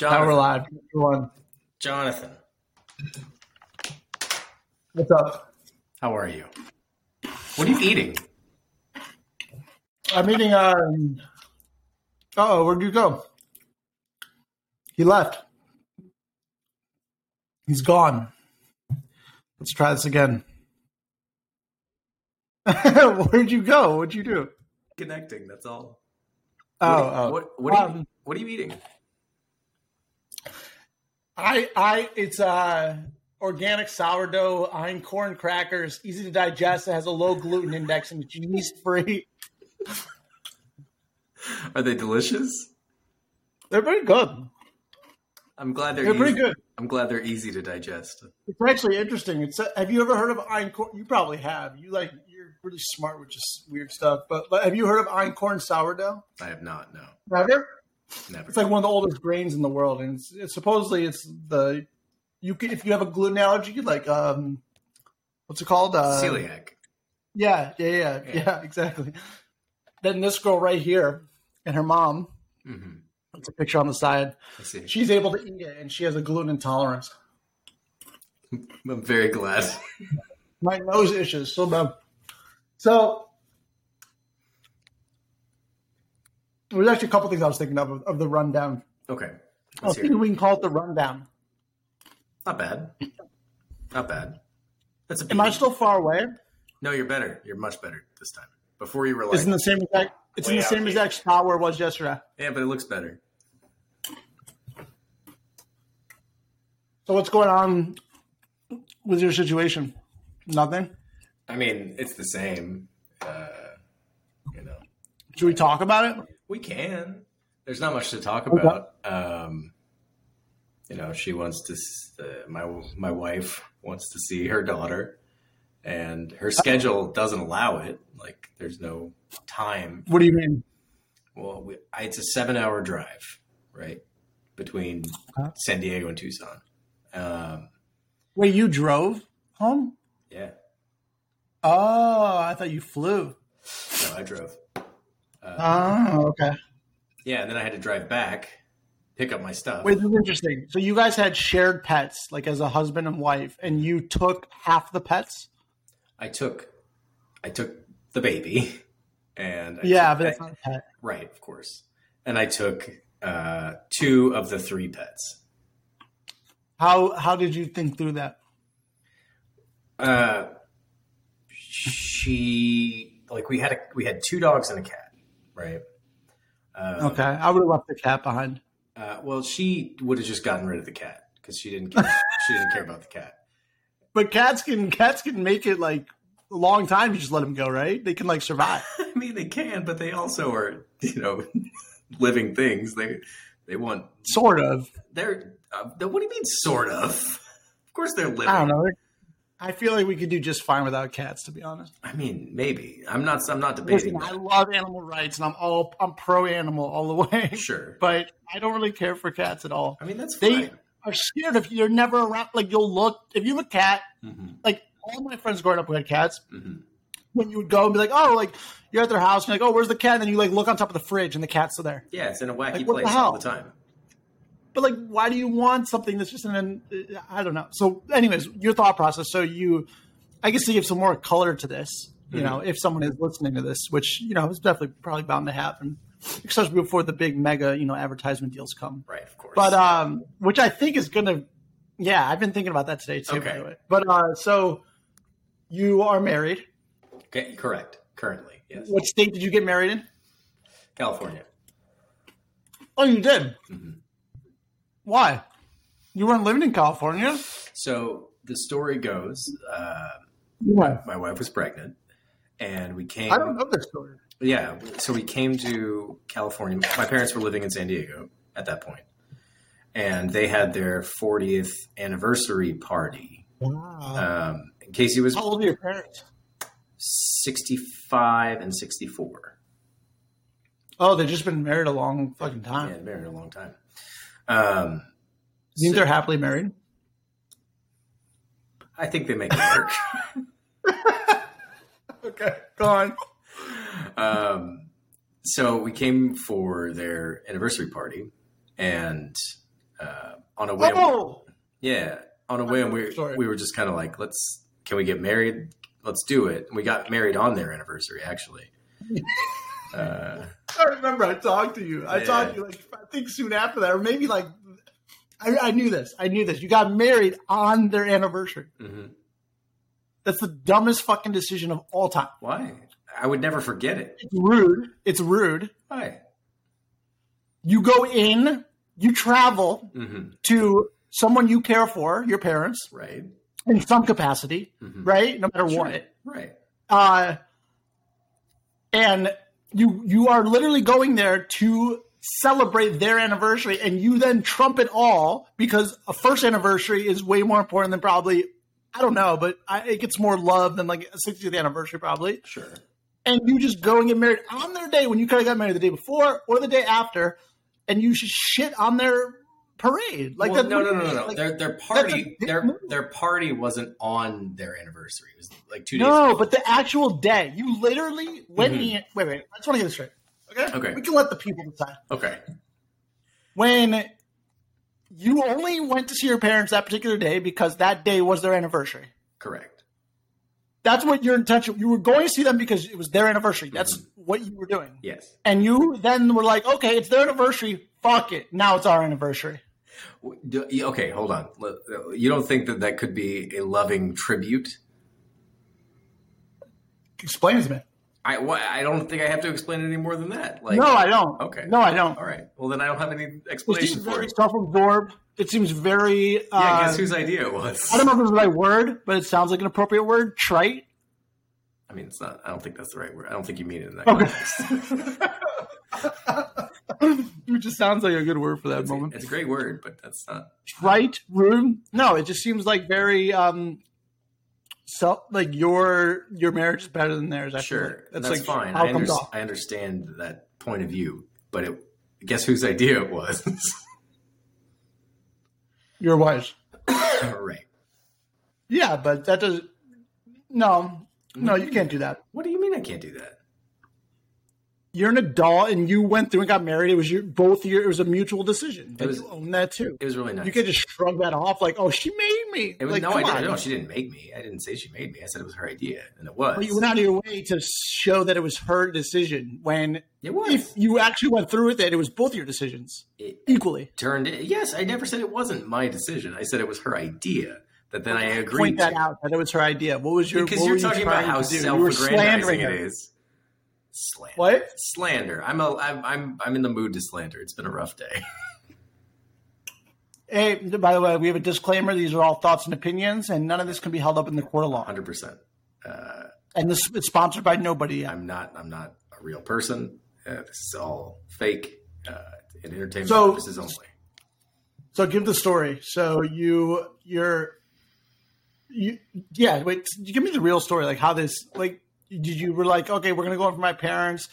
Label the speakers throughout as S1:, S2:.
S1: Now we're
S2: Jonathan.
S1: live. Everyone,
S2: Jonathan,
S1: what's up?
S2: how are you? What are you eating?
S1: I'm eating. Um, oh, where'd you go? He left. He's gone. Let's try this again. where'd you go? What'd you do?
S2: Connecting. That's all.
S1: Oh,
S2: What are you-
S1: oh.
S2: What, what are you?
S1: Um,
S2: What are you eating?
S1: I, I, it's uh, organic sourdough, einkorn crackers, easy to digest. It has a low gluten index and it's yeast free.
S2: Are they delicious?
S1: They're pretty good.
S2: I'm glad they're.
S1: They're pretty
S2: easy.
S1: good.
S2: I'm glad they're easy to digest.
S1: It's actually interesting. It's uh, have you ever heard of einkorn? You probably have. You like you're really smart with just weird stuff. But, but have you heard of einkorn sourdough?
S2: I have not. No,
S1: Never.
S2: never.
S1: It's like one of the oldest grains in the world, and it's, it's supposedly it's the you can, if you have a gluten allergy, like um, what's it called? Uh,
S2: Celiac.
S1: Yeah, yeah, yeah,
S2: Yeah.
S1: yeah, exactly. Then this girl right here and her mom.
S2: hmm
S1: It's a picture on the side.
S2: I see.
S1: She's able to eat it, and she has a gluten intolerance.
S2: I'm very glad.
S1: My nose issues so bad. So there's actually a couple things I was thinking of of, the rundown.
S2: Okay.
S1: I was
S2: Let's hear
S1: thinking
S2: it.
S1: we can call it the rundown.
S2: Not bad. Not bad. That's a.
S1: Am I
S2: beat.
S1: still far away?
S2: No, you're better. You're much better this time. Before you were
S1: It's
S2: like,
S1: in the same exact. It's in
S2: Way
S1: the
S2: out
S1: same
S2: here.
S1: exact spot where it was yesterday.
S2: yeah, but it looks better.
S1: So what's going on with your situation? Nothing.
S2: I mean, it's the same. Uh, you know.
S1: Should we talk about it?
S2: We can. There's not much to talk
S1: Okay.
S2: about. Um, you know, she wants to. s- Uh, my my wife wants to see her daughter, and
S1: Uh-huh.
S2: her schedule doesn't allow it. Like, there's no time.
S1: What do you mean?
S2: Well, we, I, it's a seven-hour drive, right, between
S1: Okay.
S2: San Diego and Tucson. Um,
S1: Wait, you drove home?
S2: yeah,
S1: Oh, I thought you flew.
S2: so I drove.
S1: Oh, okay.
S2: Yeah, and then I had to drive back, pick up my stuff.
S1: Wait, this is interesting. So you guys had shared pets, like as a husband and wife, and you took half the pets.
S2: I took, I took the baby, and I
S1: yeah,
S2: took-
S1: but it's
S2: I-
S1: not a pet.
S2: Right, of course. And I took uh, two of the three pets.
S1: How how did you think through that?
S2: Uh, she like we had a, we had two dogs and a cat, right? Uh,
S1: Okay, I would have left the cat behind.
S2: uh, well, she would have just gotten rid of the cat because she didn't care, she didn't care about the cat.
S1: But cats can cats can make it like a long time. You just let them go, right? They can like survive.
S2: I mean, they can, but they also are you know living things. They they want
S1: sort of.
S2: they're uh, what do you mean sort of? Of course, they're living.
S1: I don't know. I feel like we could do just fine without cats, to be honest.
S2: I mean, maybe I'm not I'm not debating.
S1: Listen,
S2: that.
S1: I love animal rights, and I'm all I'm pro animal all the way.
S2: sure,
S1: But I don't really care for cats at all.
S2: I mean that's
S1: They
S2: fine.
S1: are scared if you're never around. Like you'll look if you have a cat.
S2: hmm
S1: Like all my friends growing up who had cats,
S2: hmm
S1: when you would go and be like, oh, like you're at their house, and you're like, oh, where's the cat? And then you like look on top of the fridge, and the cat's still there.
S2: Yeah, it's in a wacky
S1: Like, what the
S2: place all
S1: hell?
S2: the time.
S1: But like, why do you want something that's just an? I don't know. So, anyways, your thought process. So you, I guess to give some more color to this, you
S2: Mhm.
S1: know, if someone is listening to this, which you know is definitely probably bound to happen, especially before the big mega you know advertisement deals come.
S2: Right, of course.
S1: But um, which I think is gonna, yeah, I've been thinking about that today too. by
S2: Okay.
S1: the way. But uh, so you are married.
S2: okay, correct. Currently, yes.
S1: What state did you get married in?
S2: California.
S1: Oh, you did.
S2: Mhm.
S1: Why? You weren't living in California.
S2: So the story goes, uh,
S1: Why?
S2: my wife was pregnant, and we came.
S1: I don't know this story.
S2: Yeah, so we came to California. My parents were living in San Diego at that point, and they had their 40th anniversary party.
S1: Wow.
S2: Um, Casey was
S1: How old are your parents?
S2: 65 and 64.
S1: Oh, they've just been married a long fucking time.
S2: Yeah, they've been married a long time. Um,
S1: you think
S2: so-
S1: they're happily married?
S2: I think they make it work.
S1: Okay, go on.
S2: um, so we came for their anniversary party, and uh, on a whim.
S1: Oh!
S2: Yeah, on a whim, we
S1: Sorry.
S2: we were just kind of like, let's can we get married? Let's do it. And we got married on their anniversary, actually. uh,
S1: I remember I talked to you. I
S2: Yeah.
S1: talked to you like I think soon after that, or maybe like I, I knew this. I knew this. You got married on their anniversary.
S2: mhm.
S1: That's the dumbest fucking decision of all time.
S2: Why? I would never forget it.
S1: It's rude. It's rude.
S2: Why?
S1: You go in. You travel
S2: hmm
S1: to someone you care for, your parents,
S2: Right.
S1: in some capacity,
S2: Mhm.
S1: right? No matter
S2: Sure.
S1: what.
S2: Right.
S1: uh, and you you are literally going there to celebrate their anniversary, and you then trump it all because a first anniversary is way more important than probably I don't know, but I, it gets more love than like a 60th anniversary probably.
S2: Sure.
S1: And you just go and get married on their day when you could have got married the day before or the day after, and you should shit on their parade. Like
S2: Well,
S1: that's
S2: no, no,
S1: what-
S2: no, no, no.
S1: like-
S2: their their party
S1: a dick
S2: their
S1: move.
S2: their party wasn't on their anniversary. It was like two days. Mm-hmm.
S1: No, but the actual day. You literally went in. Wait, wait. I just want to get this straight. Okay?
S2: Okay.
S1: We can let the people decide.
S2: Okay.
S1: When you only went to see your parents that particular day because that day was their anniversary.
S2: Correct.
S1: That's what your intention. You were going to see them because it was their anniversary. That's
S2: Mm-hmm.
S1: what you were doing.
S2: Yes.
S1: And you then were like, okay, it's their anniversary. Fuck it. Now it's our anniversary.
S2: W- do- y- Okay, hold on. L- You don't think that that could be a loving tribute?
S1: Explains me.
S2: I wh- I don't think I have to explain any more than that. Like,
S1: no, I don't.
S2: okay.
S1: No, I don't.
S2: all right. Well, then I don't have any
S1: It seems
S2: explanation for
S1: very
S2: it.
S1: self-absorbed. It seems very. Uh,
S2: Yeah, guess whose idea it was?
S1: I don't know if it's the right word, but it sounds like an appropriate word. Trite.
S2: I mean, it's not. I don't think that's the right word. I don't think you mean it in that
S1: Okay.
S2: context.
S1: It just sounds like a good word for that
S2: it's, a,
S1: moment.
S2: it's a great word, but that's not.
S1: Right room? No, it just seems like very um self like your your marriage is better than theirs. I feel
S2: Sure,
S1: like.
S2: that's, fine.
S1: How
S2: I,
S1: it comes
S2: under-
S1: off.
S2: I understand that point of view, but it, guess whose idea it was?
S1: Your wife.
S2: right.
S1: Yeah, but that doesn't no. No, you can't do that.
S2: What do you mean I can't do that?
S1: You're an adult and you went through and got married. It was your both your it was a mutual decision. And
S2: was-
S1: you own that too.
S2: It was really nice.
S1: You could just shrug that off like, oh she made me.
S2: it was,
S1: like,
S2: no,
S1: come
S2: I
S1: on.
S2: didn't. No, she didn't make me. I didn't say she made me. I said it was her idea, and it was.
S1: But you went out of your way to show that it was her decision when
S2: it was.
S1: if you actually went through with it, it was both your decisions
S2: it
S1: equally.
S2: turned. Yes, I never said it wasn't my decision. I said it was her idea. That then I agreed.
S1: Point that
S2: to.
S1: out that it was her idea. What was your?
S2: because
S1: what
S2: you're
S1: were you
S2: talking about
S1: trying
S2: how
S1: to do? You were
S2: self-aggrandizing it
S1: her.
S2: is. Slander.
S1: What?
S2: Slander. I'm a. I'm. I'm. I'm in the mood to slander. It's been a rough day.
S1: Hey, by the way, we have a disclaimer. These are all thoughts and opinions, and none of this can be held up in the court of law.
S2: Hundred percent. Uh,
S1: And this it's sponsored by nobody. Yet.
S2: I'm not. I'm not a real person. Uh, this is all fake. Uh, in entertainment
S1: So-
S2: purposes only.
S1: So give the story. So you you're you yeah. Wait, give me the real story. Like how this like did you were like okay, we're gonna go in for my parents.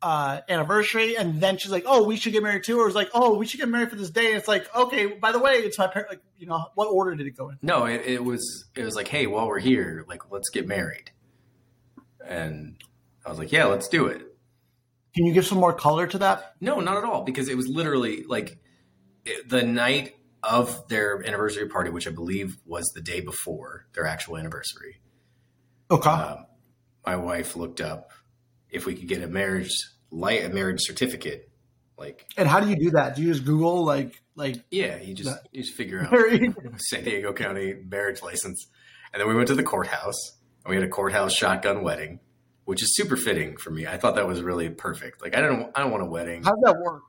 S1: Uh, anniversary, and then she's like, "Oh, we should get married too," or it's like, "Oh, we should get married for this day." And it's like, "Okay, by the way, it's my parent." Like, you know, what order did it go in?
S2: No, it, it was. It was like, hey, while we're here, like, let's get married. And I was like, yeah, let's do it.
S1: Can you give some more color to that?
S2: No, not at all, because it was literally like it- the night of their anniversary party, which I believe was the day before their actual anniversary.
S1: Okay,
S2: um, my wife looked up if we could get a marriage light a marriage certificate like
S1: and how do you do that? Do you just Google like like
S2: yeah you just you just figure out
S1: very
S2: san diego county marriage license and then we went to the courthouse and we had a courthouse shotgun wedding which is super fitting for me i thought that was really perfect like i don't i don't want a wedding
S1: how did that work?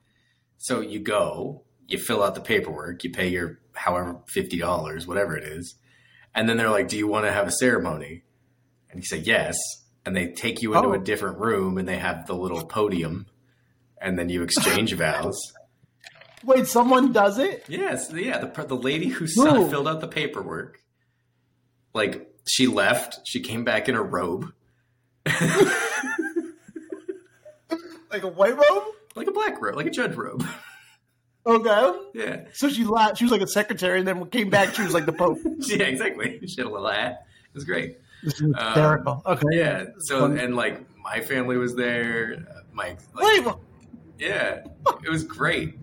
S2: so you go, you fill out the paperwork, you pay your however fifty dollars, whatever it is, and then they're like, "Do you want to have a ceremony?" And you say yes, and they take you into
S1: Oh.
S2: a different room, and they have the little podium, and then you exchange vows.
S1: Wait, someone does it.
S2: Yes, yeah. The per- the lady who saw-
S1: Ooh.
S2: filled out the paperwork, like she left, she came back in a robe,
S1: Like a white robe?
S2: like a black robe, like a judge robe.
S1: Okay.
S2: yeah.
S1: So she laughed. She was like a secretary, and then when came back. She was like the Pope.
S2: Yeah, exactly. She had a little hat. It was great.
S1: This is hysterical. okay.
S2: Um, Yeah. So
S1: Fun.
S2: and like my family was there. uh, My like,
S1: Wait,
S2: yeah, it was great.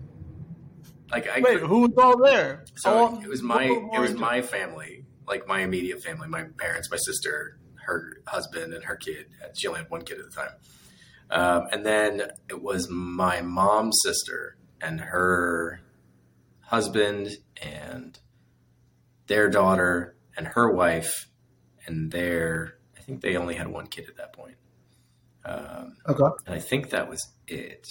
S2: Like I
S1: Wait,
S2: could-
S1: who was all there?
S2: so
S1: All-
S2: it was my
S1: all
S2: it was
S1: orange-
S2: my family, like my immediate family, my parents, my sister, her husband, and her kid. She only had one kid at the time. Um, and then it was my mom's sister and her husband and their daughter and her wife and their I think they only had one kid at that point. Um,
S1: Okay.
S2: and I think that was it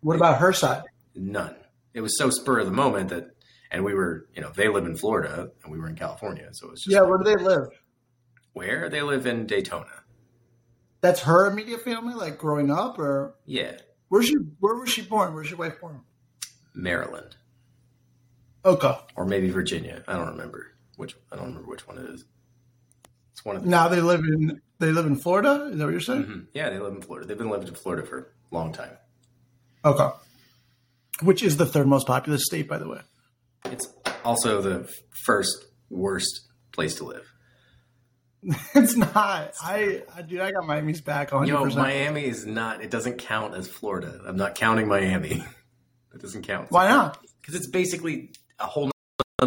S1: What about her side?
S2: none. It was so spur of the moment that, and we were, you know, they live in Florida and we were in California, so it was just
S1: Yeah,
S2: like,
S1: where do they live?
S2: where they live in Daytona.
S1: That's her immediate family, like growing up, or
S2: Yeah,
S1: where's she? Where was she born? Where's your wife born?
S2: Maryland
S1: Okay.
S2: or maybe Virginia. I don't remember which. I don't remember which one it is. It's one of the.
S1: Now they live in they live in Florida. Is that what you're saying?
S2: Mhm. Yeah, they live in Florida. They've been living in Florida for a long time. Mm-hmm.
S1: Okay. Which is the third most populous state, by the way.
S2: It's also the f- first worst place to live.
S1: It's not. I, I dude, I got Miami's back 100.
S2: Yo,
S1: percent
S2: Miami is not. It doesn't count as Florida. I'm not counting Miami. it doesn't count
S1: Why not?
S2: because it's basically a whole
S1: A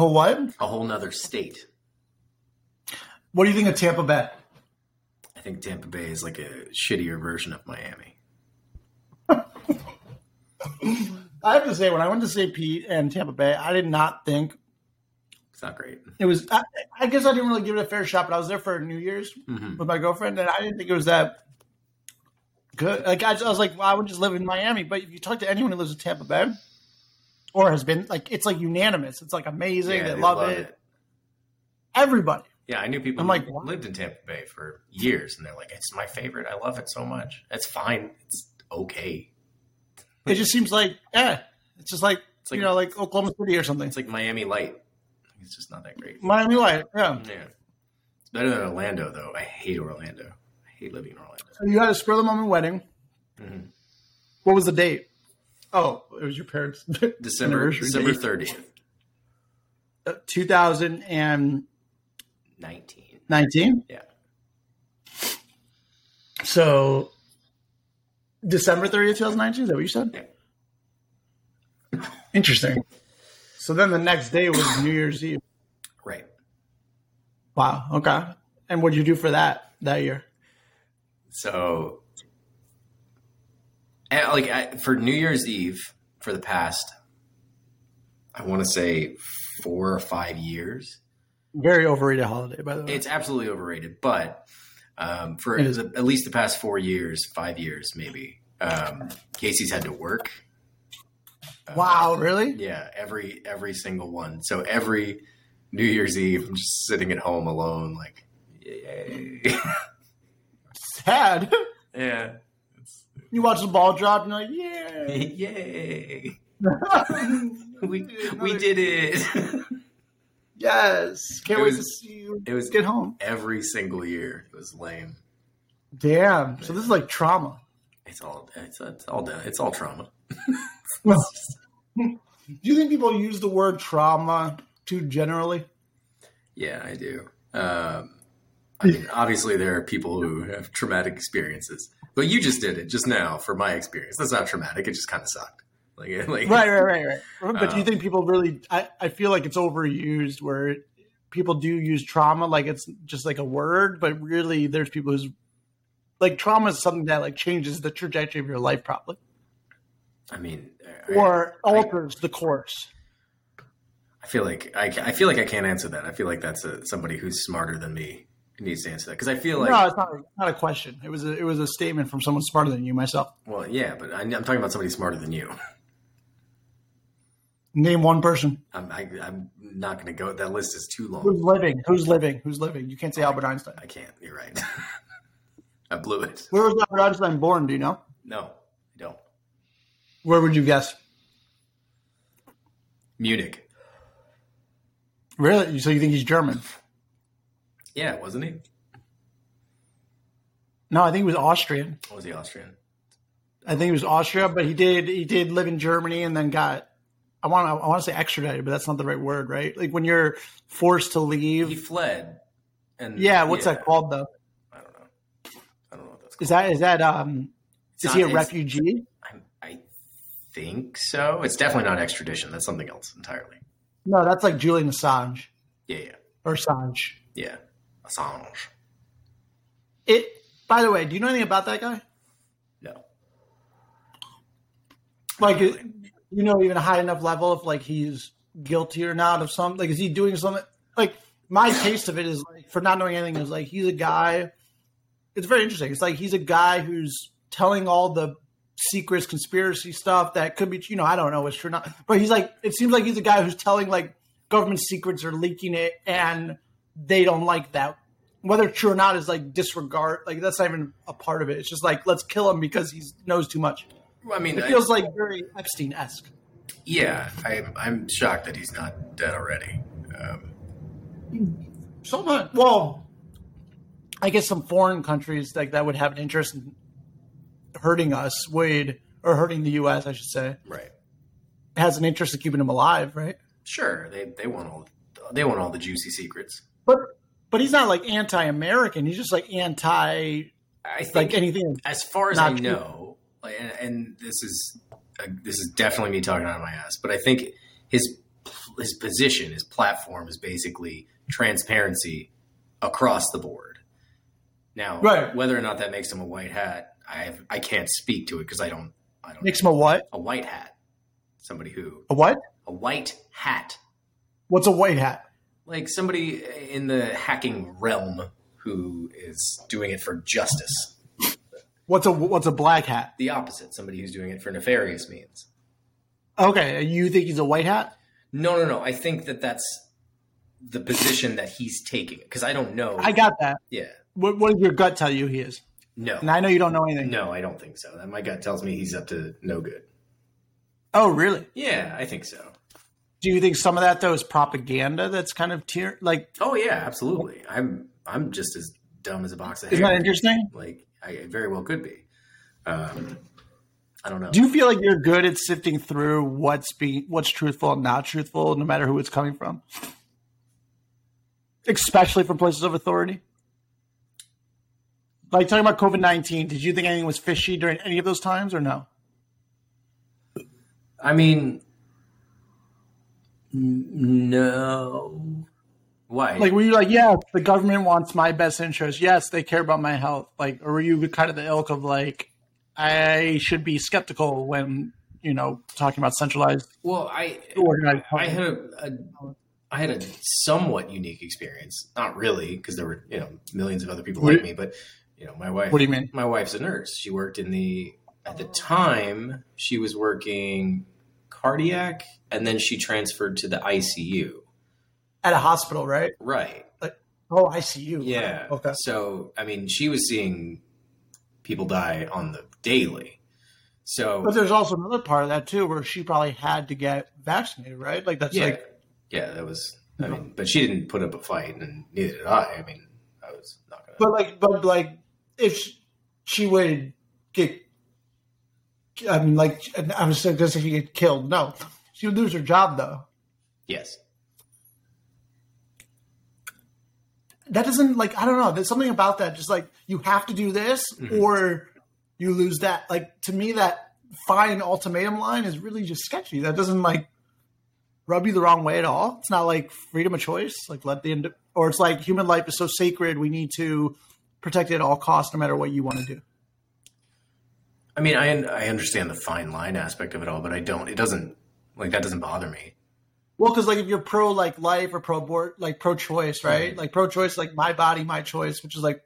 S1: whole what?
S2: a whole nother state.
S1: What do you think of Tampa Bay?
S2: I think Tampa Bay is like a shittier version of Miami.
S1: I have to say, when I went to St. Pete and Tampa Bay, I did not think
S2: It's not great.
S1: it was. I, I guess I didn't really give it a fair shot, but I was there for New Year's
S2: hmm
S1: with my girlfriend, and I didn't think it was that good. Like I, just- I was like, well, I would just live in Miami. But if you talk to anyone who lives in Tampa Bay or has been, like, it's like unanimous. It's like amazing. they, love, it. Everybody.
S2: Yeah, I knew people
S1: I'm
S2: who
S1: like,
S2: lived-
S1: what?
S2: lived in Tampa Bay for years, and they're like, "It's my favorite. I love it so much. It's fine. It's okay.
S1: It just seems like, eh. It's just like,
S2: It's like
S1: you know, like Oklahoma City or something.
S2: it's like Miami light. It's just not that great.
S1: Miami Light. Yeah.
S2: Yeah, it's better than Orlando though. I hate Orlando. I hate living in Orlando.
S1: So you had a spur of the moment wedding.
S2: Mhm.
S1: What was the date? Oh, it was your parents.
S2: December
S1: Anniversary
S2: December
S1: date.
S2: thirtieth,
S1: Uh, 2019.
S2: nineteen. Yeah.
S1: So December 30th, 2019. Is that what you said? Interesting. So then the next day was New Year's Eve.
S2: Right.
S1: Wow. Okay. And what'd you do for that that year?
S2: So, and, like I, for New Year's Eve for the past, I want to say four or five years,
S1: Very overrated holiday, by the way.
S2: it's absolutely overrated. But um, for
S1: Oh. It is.
S2: the, at least the past four years, five years maybe, um, Casey's had to work. Uh,
S1: wow. Really?
S2: Yeah, every every single one. So every New Year's Eve, I'm just sitting at home alone, like, yay.
S1: Sad.
S2: yeah,
S1: you watch the ball drop and you're like, yeah.
S2: yay. we we did it.
S1: Yes. Can't
S2: It
S1: wait
S2: was-
S1: to see you
S2: It was
S1: get home.
S2: every single year. It was lame.
S1: Damn. So this is like trauma.
S2: It's all it's, it's all done. It's all trauma.
S1: Do you think people use the word trauma too generally?
S2: Yeah, I do. Um, I mean, obviously there are people who have traumatic experiences, but you just did it just now for my experience. That's not traumatic. It just kind of sucked. Like, it- like
S1: Right, right, right, right. But do you
S2: Uh,
S1: think people really? I, I feel like it's overused where people do use trauma like it's just like a word, but really there's people who's like trauma is something that like changes the trajectory of your life probably
S2: I mean, I,
S1: or
S2: I-
S1: alters the course.
S2: I feel like I, I feel like I can't answer that. I feel like that's a, somebody who's smarter than me needs to answer that because I feel like
S1: no, it's not, it's not a question. It was a, it was a statement from someone smarter than you. Myself.
S2: well, yeah, but I, I'm talking about somebody smarter than you.
S1: Name one person
S2: I'm, I, I'm not going to go. That list is too long.
S1: who's living. Who's living? Who's living? You can't say Albert Einstein.
S2: I can't. You're right. I blew it.
S1: Where was Albert Einstein born? Do you know?
S2: No, I don't.
S1: Where would you guess?
S2: Munich.
S1: Really? So you think he's German?
S2: Yeah, wasn't he?
S1: No, I think he was Austrian.
S2: Or was he Austrian?
S1: I think he was Austria, but he did he did live in Germany and then got I want I want to say extradited, but that's not the right word, right? Like when you're forced to
S2: He
S1: leave.
S2: fled. And
S1: Yeah, what's that called though?
S2: I don't know. I don't know what that's called.
S1: Is that is that um
S2: It's
S1: is
S2: not-
S1: he a
S2: it's-
S1: refugee?
S2: I'm, I think so. It's definitely not extradition. That's something else entirely.
S1: No, that's like Julian Assange
S2: Yeah, yeah,
S1: or Assange.
S2: yeah. Assange.
S1: It. By the way, do you know anything about that guy?
S2: No.
S1: Like, it, you know, even a high enough level if like he's guilty or not of something. Like, is he doing something? Like, my taste of it is like for not knowing anything is like he's a guy. It's very interesting. It's like he's a guy who's telling all the secrets, conspiracy stuff that could be. You know, I don't know what's true or not, but he's like. It seems like he's a guy who's telling like government secrets or leaking it, and they don't like that. Whether true or not is like disregard. Like that's not even a part of it. It's just like let's kill him because he knows too much.
S2: Well, I mean,
S1: It
S2: I-
S1: feels like very Epstein esque.
S2: yeah, I, I'm shocked that he's not dead already. Um,
S1: Sometimes, well, I guess some foreign countries like that would have an interest in hurting us, would or hurting the U.S. I should say,
S2: right.
S1: has an interest in keeping him alive, right?
S2: Sure, they they want all they want all the juicy secrets.
S1: But but he's not like anti-American. He's just like anti
S2: I think
S1: like anything.
S2: as far as
S1: Not
S2: I
S1: true.
S2: know, like, and, and this is uh, this is definitely me talking out of my ass, but I think his his position, his platform, is basically transparency across the board. Now,
S1: Right.
S2: whether or not that makes him a white hat, I have, I can't speak to it because I don't I don't
S1: Makes him a what?
S2: a white hat, somebody who
S1: A what?
S2: a white hat,
S1: What's a white hat?
S2: like somebody in the hacking realm who is doing it for justice.
S1: What's a what's a black hat?
S2: the opposite somebody who's doing it for nefarious means
S1: Okay, you think he's a white hat?
S2: no no no i think that that's the position that he's taking because i don't know
S1: I got that.
S2: yeah
S1: What, what does your gut tell you he is?
S2: no
S1: And I know you don't know anything.
S2: no i don't think so that my gut tells me he's up to no good
S1: Oh, really?
S2: yeah i think so
S1: Do you think some of that though is propaganda? That's kind of tier like
S2: oh yeah absolutely i'm i'm just as dumb as a box of
S1: Isn't that
S2: hair
S1: interesting?
S2: like i it very well could be um i don't know
S1: Do you feel like you're good at sifting through what's being what's truthful and not truthful, no matter who it's coming from? Especially from places of authority? Like talking about COVID nineteen, did you think anything was fishy during any of those times or no?
S2: I mean, n- no. Why?
S1: Like were you like, yeah, the government wants my best interest. Yes, they care about my health. Like or were you kind of the ilk of like I should be skeptical when, you know, talking about centralized
S2: well, I
S1: organized
S2: I had a, a I had a somewhat unique experience. Not really, because there were you know millions of other people
S1: What-
S2: like me. But you know, my wife.
S1: what do you mean?
S2: My wife's a nurse. She worked in the at the time she was working cardiac, and then she transferred to the ICU.
S1: At a hospital, right?
S2: Right.
S1: Oh, I see you.
S2: Yeah.
S1: Okay.
S2: So I mean, she was seeing people die on the daily. So
S1: But there's also another part of that too, where she probably had to get vaccinated, right? Like that's
S2: yeah,
S1: like Uh-huh.
S2: yeah, that was. I mean, but she didn't put up a fight, and neither did I. I mean, I was not gonna.
S1: but like but like if she, she would get I mean like I was saying just if she get killed. No. She would lose her job though.
S2: yes.
S1: That doesn't like I don't know. There's something about that. Just like you have to do this
S2: Mhm.
S1: or you lose that. Like to me that fine ultimatum line is really just sketchy. That doesn't like rub you the wrong way at all. It's not like freedom of choice. Like let the ind- or it's like human life is so sacred. We need to protect it at all costs, no matter what you want to do.
S2: I mean, I I understand the fine line aspect of it all, but I don't. It doesn't like that doesn't bother me.
S1: Well, because like if you're pro like life or pro abort, like pro choice, right?
S2: Mhm.
S1: Like pro choice, like my body, my choice, which is like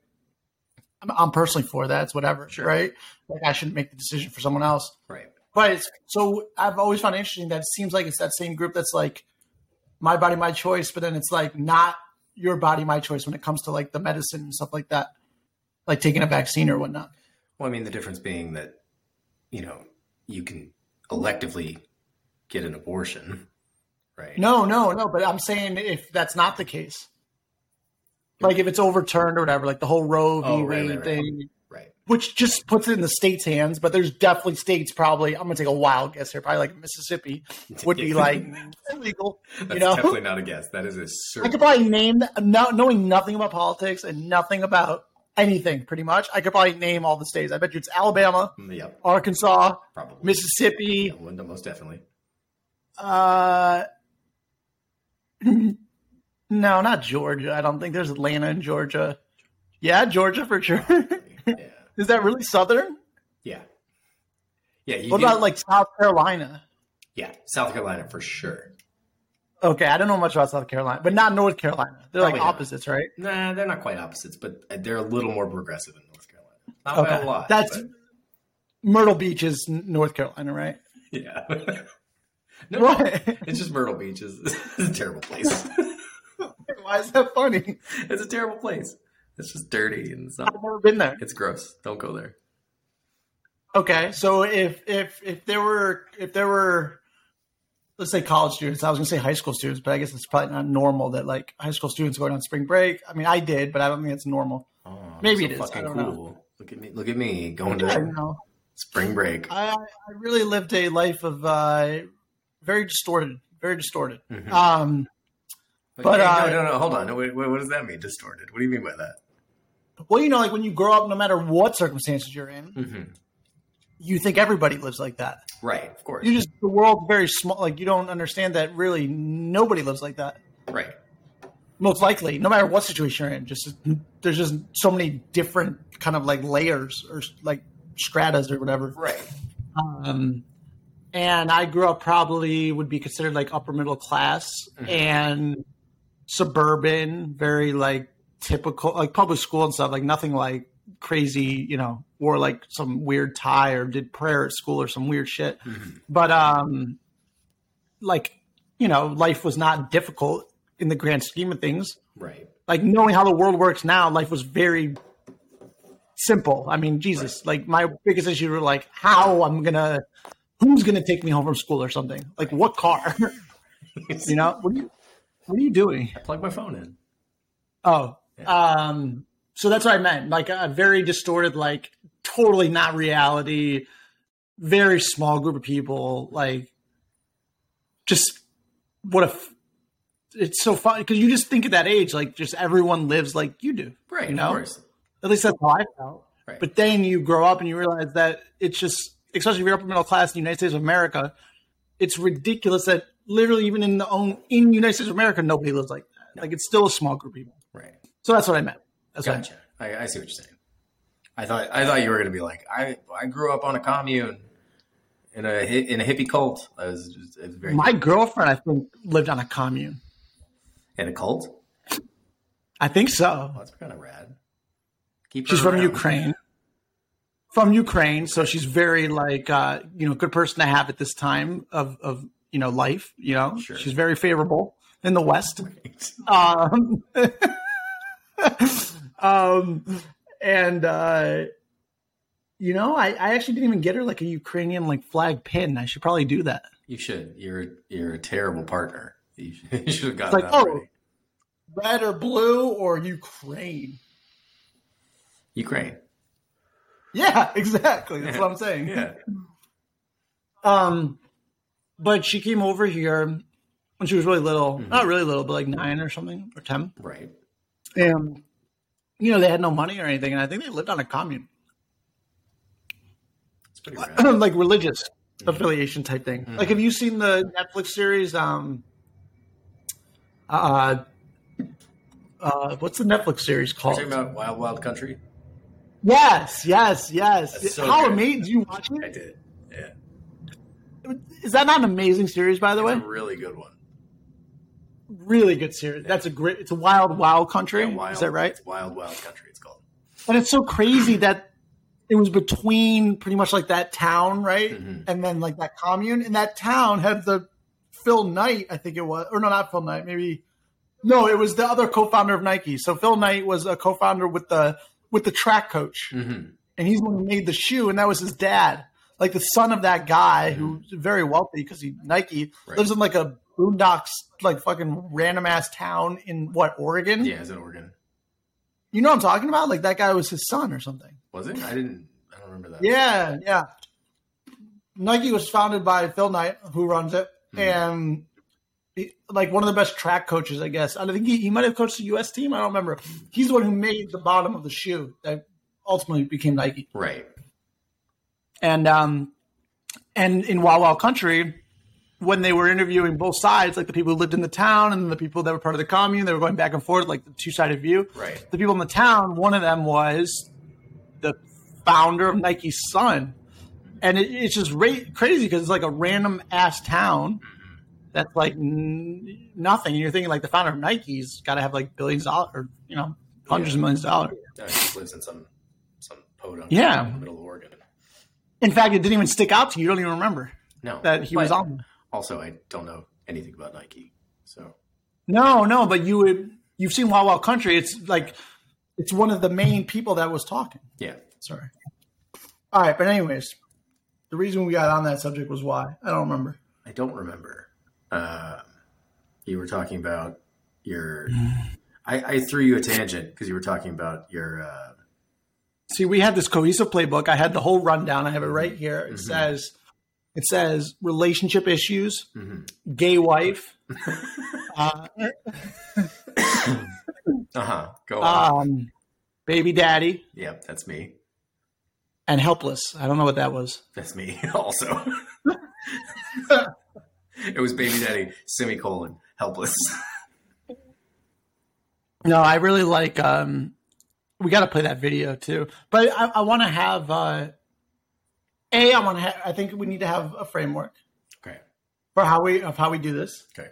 S1: I'm, I'm personally for that. It's whatever,
S2: Sure.
S1: right? Like I shouldn't make the decision for someone else.
S2: Right.
S1: But it's, so I've always found it interesting that it seems like it's that same group that's like my body, my choice, but then it's like not your body, my choice when it comes to like the medicine and stuff like that, like taking a vaccine or whatnot.
S2: Well, I mean, the difference being that you know you can electively get an abortion, right?
S1: No, no, no. But I'm saying if that's not the case, like if it's overturned or whatever, like the whole Roe v.
S2: Oh, right,
S1: Wade
S2: right, right.
S1: thing,
S2: Right.
S1: which just puts it in the state's hands. But there's definitely states probably. I'm gonna take a wild guess here. Probably like Mississippi would be like illegal.
S2: That's
S1: you know?
S2: definitely not a guess. That is a certain.
S1: I could probably name that, no, knowing nothing about politics and nothing about anything pretty much. I could probably name all the states. I bet you it's Alabama,
S2: mm, Yep,
S1: Arkansas,
S2: probably. Yeah,
S1: Mississippi,
S2: well, no, most definitely.
S1: Uh, n- no, not Georgia. I don't think there's Atlanta in Georgia. Yeah, Georgia for sure.
S2: yeah.
S1: Is that really southern?
S2: Yeah. Yeah. You
S1: What
S2: do-
S1: about like South Carolina?
S2: yeah, South Carolina for sure.
S1: Okay, I don't know much about South Carolina, but not North Carolina. They're like
S2: Probably not.
S1: opposites, right?
S2: Nah, they're not quite opposites, but uh, they're a little more progressive in North Carolina. Not by
S1: Okay,
S2: a lot.
S1: that's
S2: but-
S1: Myrtle Beach is n- North Carolina, right?
S2: yeah. no,
S1: Why?
S2: it's just Myrtle Beach. Is, it's a terrible place.
S1: Why is that funny?
S2: it's a terrible place. It's just dirty and it's, not,
S1: I've never been there.
S2: it's gross. Don't go there.
S1: Okay, so if if if there were if there were let's say college students, I was gonna say high school students, but I guess it's probably not normal that like high school students going on spring break. I mean, I did, but I don't think it's normal.
S2: Oh,
S1: Maybe it is. I don't know.
S2: Look at me. Look at me going
S1: Yeah, you
S2: to
S1: know,
S2: spring break.
S1: I I really lived a life of uh, very distorted, very distorted.
S2: Mhm.
S1: Um,
S2: Like,
S1: but,
S2: hey,
S1: uh,
S2: no, no, no. Hold on. Wait, wait, what does that mean? Distorted. What do you mean by that?
S1: well, you know, like when you grow up, no matter what circumstances you're in,
S2: Mm-hmm.
S1: you think everybody lives like that.
S2: Right. Of course.
S1: You just the world's very small. Like you don't understand that really nobody lives like that.
S2: right.
S1: most likely no matter what situation you're in just there's just so many different kind of like layers or like stratas or whatever
S2: Right.
S1: um, and i grew up probably would be considered like upper middle class
S2: Mhm.
S1: and suburban very like typical like public school and stuff like nothing like crazy you know wore like some weird tie or did prayer at school or some weird shit
S2: Mhm.
S1: but um like you know life was not difficult in the grand scheme of things
S2: Right.
S1: like knowing how the world works now, life was very simple. I mean, Jesus, like my biggest issue were like how I'm gonna, who's gonna take me home from school or something? Like what car? you know, what are you, what are you doing?
S2: I plug my phone in.
S1: Oh, um, so that's what I meant. Like a very distorted, like totally not reality, very small group of people. Like, just what if it's so fun because you just think at that age, like just everyone lives like you do.
S2: Right.
S1: You know?
S2: Of course.
S1: At least that's how I felt.
S2: Right.
S1: But then you grow up and you realize that it's just, especially if you're upper middle class in the United States of America, it's ridiculous that literally even in the own in United States of America, nobody lives like that. Like it's still a small group of people.
S2: right.
S1: So that's what I meant. That's what I meant.
S2: Gotcha. I, I see what you're saying. I thought I thought you were going to be like I I grew up on a commune in a hi- in a hippie cult. I was, just, it was very
S1: My girlfriend, I think, lived on a commune.
S2: in a cult.
S1: I think so.
S2: Well, that's kind of rad. Keep her
S1: She's from
S2: around.
S1: Ukraine. From Ukraine, so she's very like uh, you know, good person to have at this time of of you know life. You know,
S2: Sure.
S1: she's very favorable in the West.
S2: Right.
S1: um, um, and uh, you know, I, I actually didn't even get her like a Ukrainian like flag pin. I should probably do that.
S2: You should. You're you're a terrible partner. You should, you should have gotten
S1: like,
S2: that
S1: oh.
S2: already.
S1: Red or blue or Ukraine?
S2: Ukraine.
S1: Yeah, exactly. That's what I'm saying.
S2: Yeah.
S1: Um, but she came over here when she was really little,
S2: Mhm.
S1: not really little, but like nine or something or ten.
S2: Right.
S1: And you know, they had no money or anything, and I think they lived on a commune,
S2: It's pretty rad.
S1: like religious
S2: Mhm.
S1: affiliation type thing.
S2: Mhm.
S1: Like, have you seen the Netflix series? Um, uh, uh, what's the Netflix series
S2: We're
S1: called?
S2: talking about Wild Wild Country.
S1: yes, yes, yes.
S2: That's so
S1: How
S2: good.
S1: amazing! Do you watch
S2: I
S1: it?
S2: did. Yeah.
S1: Is that not an amazing series? By the
S2: It's a
S1: way,
S2: really good one.
S1: really good series. That's a great. It's a wild, wild country.
S2: Yeah, wild,
S1: Is that right?
S2: It's Wild Wild Country. It's called.
S1: And it's so crazy that it was between pretty much like that town, right?
S2: Mhm.
S1: And then like that commune. And that town had the Phil Knight, I think it was, or no, not Phil Knight, maybe. No, it was the other co-founder of Nike. So Phil Knight was a co-founder with the with the track coach,
S2: Mm-hmm.
S1: and he's the one who made the shoe, and that was his dad, like the son of that guy who's very wealthy because he Nike
S2: Mm-hmm. Right.
S1: lives in like a boondocks, like fucking random ass town in what Oregon.
S2: Yeah, it's in Oregon.
S1: You know what I'm talking about? Like that guy was his son or something.
S2: Was it? I didn't. I don't remember that.
S1: Yeah, yeah. Nike was founded by Phil Knight, who runs it,
S2: Mhm.
S1: and like one of the best track coaches, I guess. I think he, he might have coached the U.S. team. I don't remember. He's the one who made the bottom of the shoe that ultimately became Nike.
S2: Right.
S1: And um, and in Wild Wild Country, when they were interviewing both sides, like the people who lived in the town and the people that were part of the commune, they were going back and forth, like the two sided view.
S2: Right.
S1: The people in the town, one of them was the founder of Nike's son, and it, it's just ra- crazy because it's like a random ass town that's like n- nothing. And you're thinking like the founder of Nike's got to have like billions of dollars, or you know, hundreds
S2: Yeah.
S1: of millions of dollars.
S2: No, Uh, he just lives in some some podunk
S1: Yeah.
S2: in the middle of Oregon.
S1: In fact, it didn't even stick out to you. You don't even remember
S2: No.
S1: that he was
S2: but
S1: on.
S2: Also, I don't know anything about Nike. So
S1: No, no, but you would you've seen Wild Wild Country. It's like it's one of the main people that was talking.
S2: yeah.
S1: Sorry. All right, but anyways, the reason we got on that subject was why I don't remember.
S2: I don't remember. Uh, you were talking about your. I, I threw you a tangent because you were talking about your. Uh,
S1: See, we had this cohesive playbook. I had the whole rundown. I have it right here. It
S2: Mhm.
S1: says it says relationship issues,
S2: mhm.
S1: gay wife. uh,
S2: Uh-huh. Go on.
S1: um, baby daddy
S2: yep, that's me.
S1: and helpless. I don't know what that was.
S2: That's me also. it was baby daddy semicolon helpless.
S1: No, I really like. um We got to play that video too, but I, I want to have. uh A, I want to. Ha- I think we need to have a framework
S2: okay.
S1: for how we of how we do this,
S2: Okay.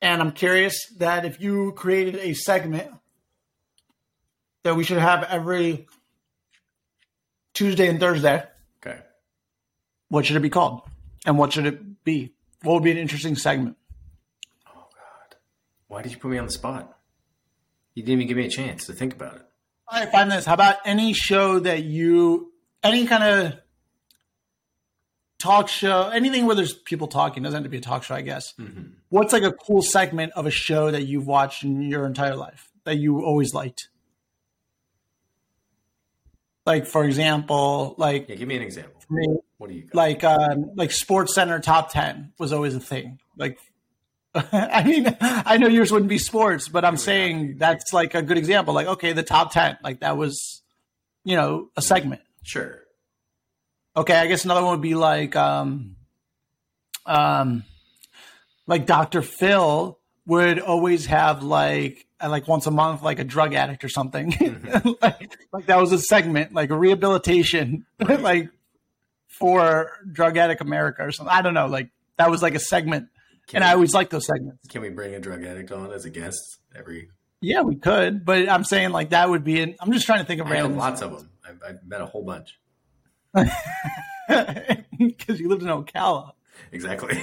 S1: and I'm curious that if you created a segment that we should have every Tuesday and Thursday,
S2: Okay.
S1: what should it be called, and what should it be? What would be an interesting segment?
S2: Oh God. Why did you put me on the spot? You didn't even give me a chance to think about it.
S1: All right, five minutes. How about any show that you, any kind of talk show, anything where there's people talking doesn't have to be a talk show, I guess.
S2: Mhm.
S1: What's like a cool segment of a show that you've watched in your entire life that you always liked? Like, for example, like
S2: Yeah, give me an example.
S1: for me,
S2: What do you got?
S1: like um, like Sports Center Top Ten was always a thing. Like, I mean, I know yours wouldn't be sports, but I'm saying that's like a good example. Like, okay, the top ten, like that was, you know, a segment.
S2: sure.
S1: Okay, I guess another one would be like, um, um, like Dr. Phil would always have like uh, like once a month like a drug addict or something Mm-hmm. like, like that was a segment like a rehabilitation
S2: Right.
S1: like for drug addict america or something i don't know like that was like a segment
S2: Can
S1: and i
S2: we,
S1: always like those segments
S2: can we bring a drug addict on as a guest every
S1: yeah we could but i'm saying like that would be an, i'm just trying to think of
S2: I know
S1: random
S2: lots of them. I've, I've met a whole bunch.
S1: because you lived in ocala
S2: Exactly.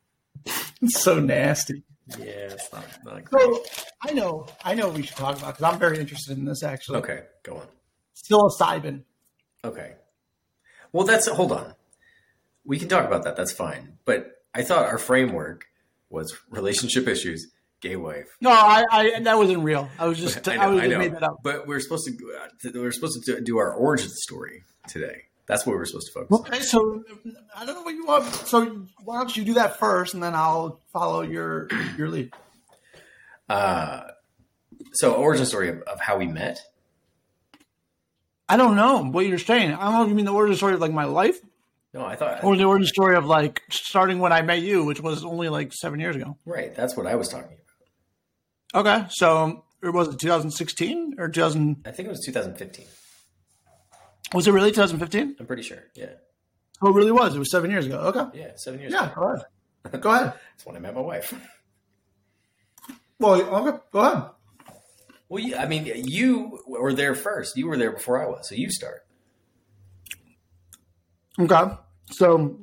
S1: it's so nasty
S2: yeah, it's not, not great.
S1: so i know i know what we should talk about because i'm very interested in this actually
S2: Okay, go on.
S1: psilocybin
S2: Okay. Well, that's hold on. We can talk about that. That's fine. But I thought our framework was relationship issues, gay wife.
S1: no i i that wasn't real i was just i,
S2: I know,
S1: was
S2: I
S1: just
S2: know.
S1: made that up
S2: But we're supposed to uh, we're supposed to do our origin story today. That's what we're supposed to focus on.
S1: Okay, so I don't know what you want. So why don't you do that first, and then I'll follow your your lead.
S2: Uh, so origin story of, of how we met.
S1: I don't know what you're saying. I don't know if you mean the origin story of like my life,
S2: No, I thought
S1: or the origin story of like starting when I met you, which was only like seven years ago.
S2: right. That's what I was talking about.
S1: Okay, so or was it 2016 or 2000?
S2: I think it was 2015.
S1: Was it really 2015?
S2: I'm pretty sure. Yeah,
S1: Oh, it really was. It was seven years ago. Okay,
S2: yeah, seven years.
S1: yeah.
S2: ago.
S1: All right. Go ahead.
S2: That's when I met my wife.
S1: Well, okay, go ahead.
S2: Well, you, I mean, you were there first. You were there before I was, so you start.
S1: Okay. So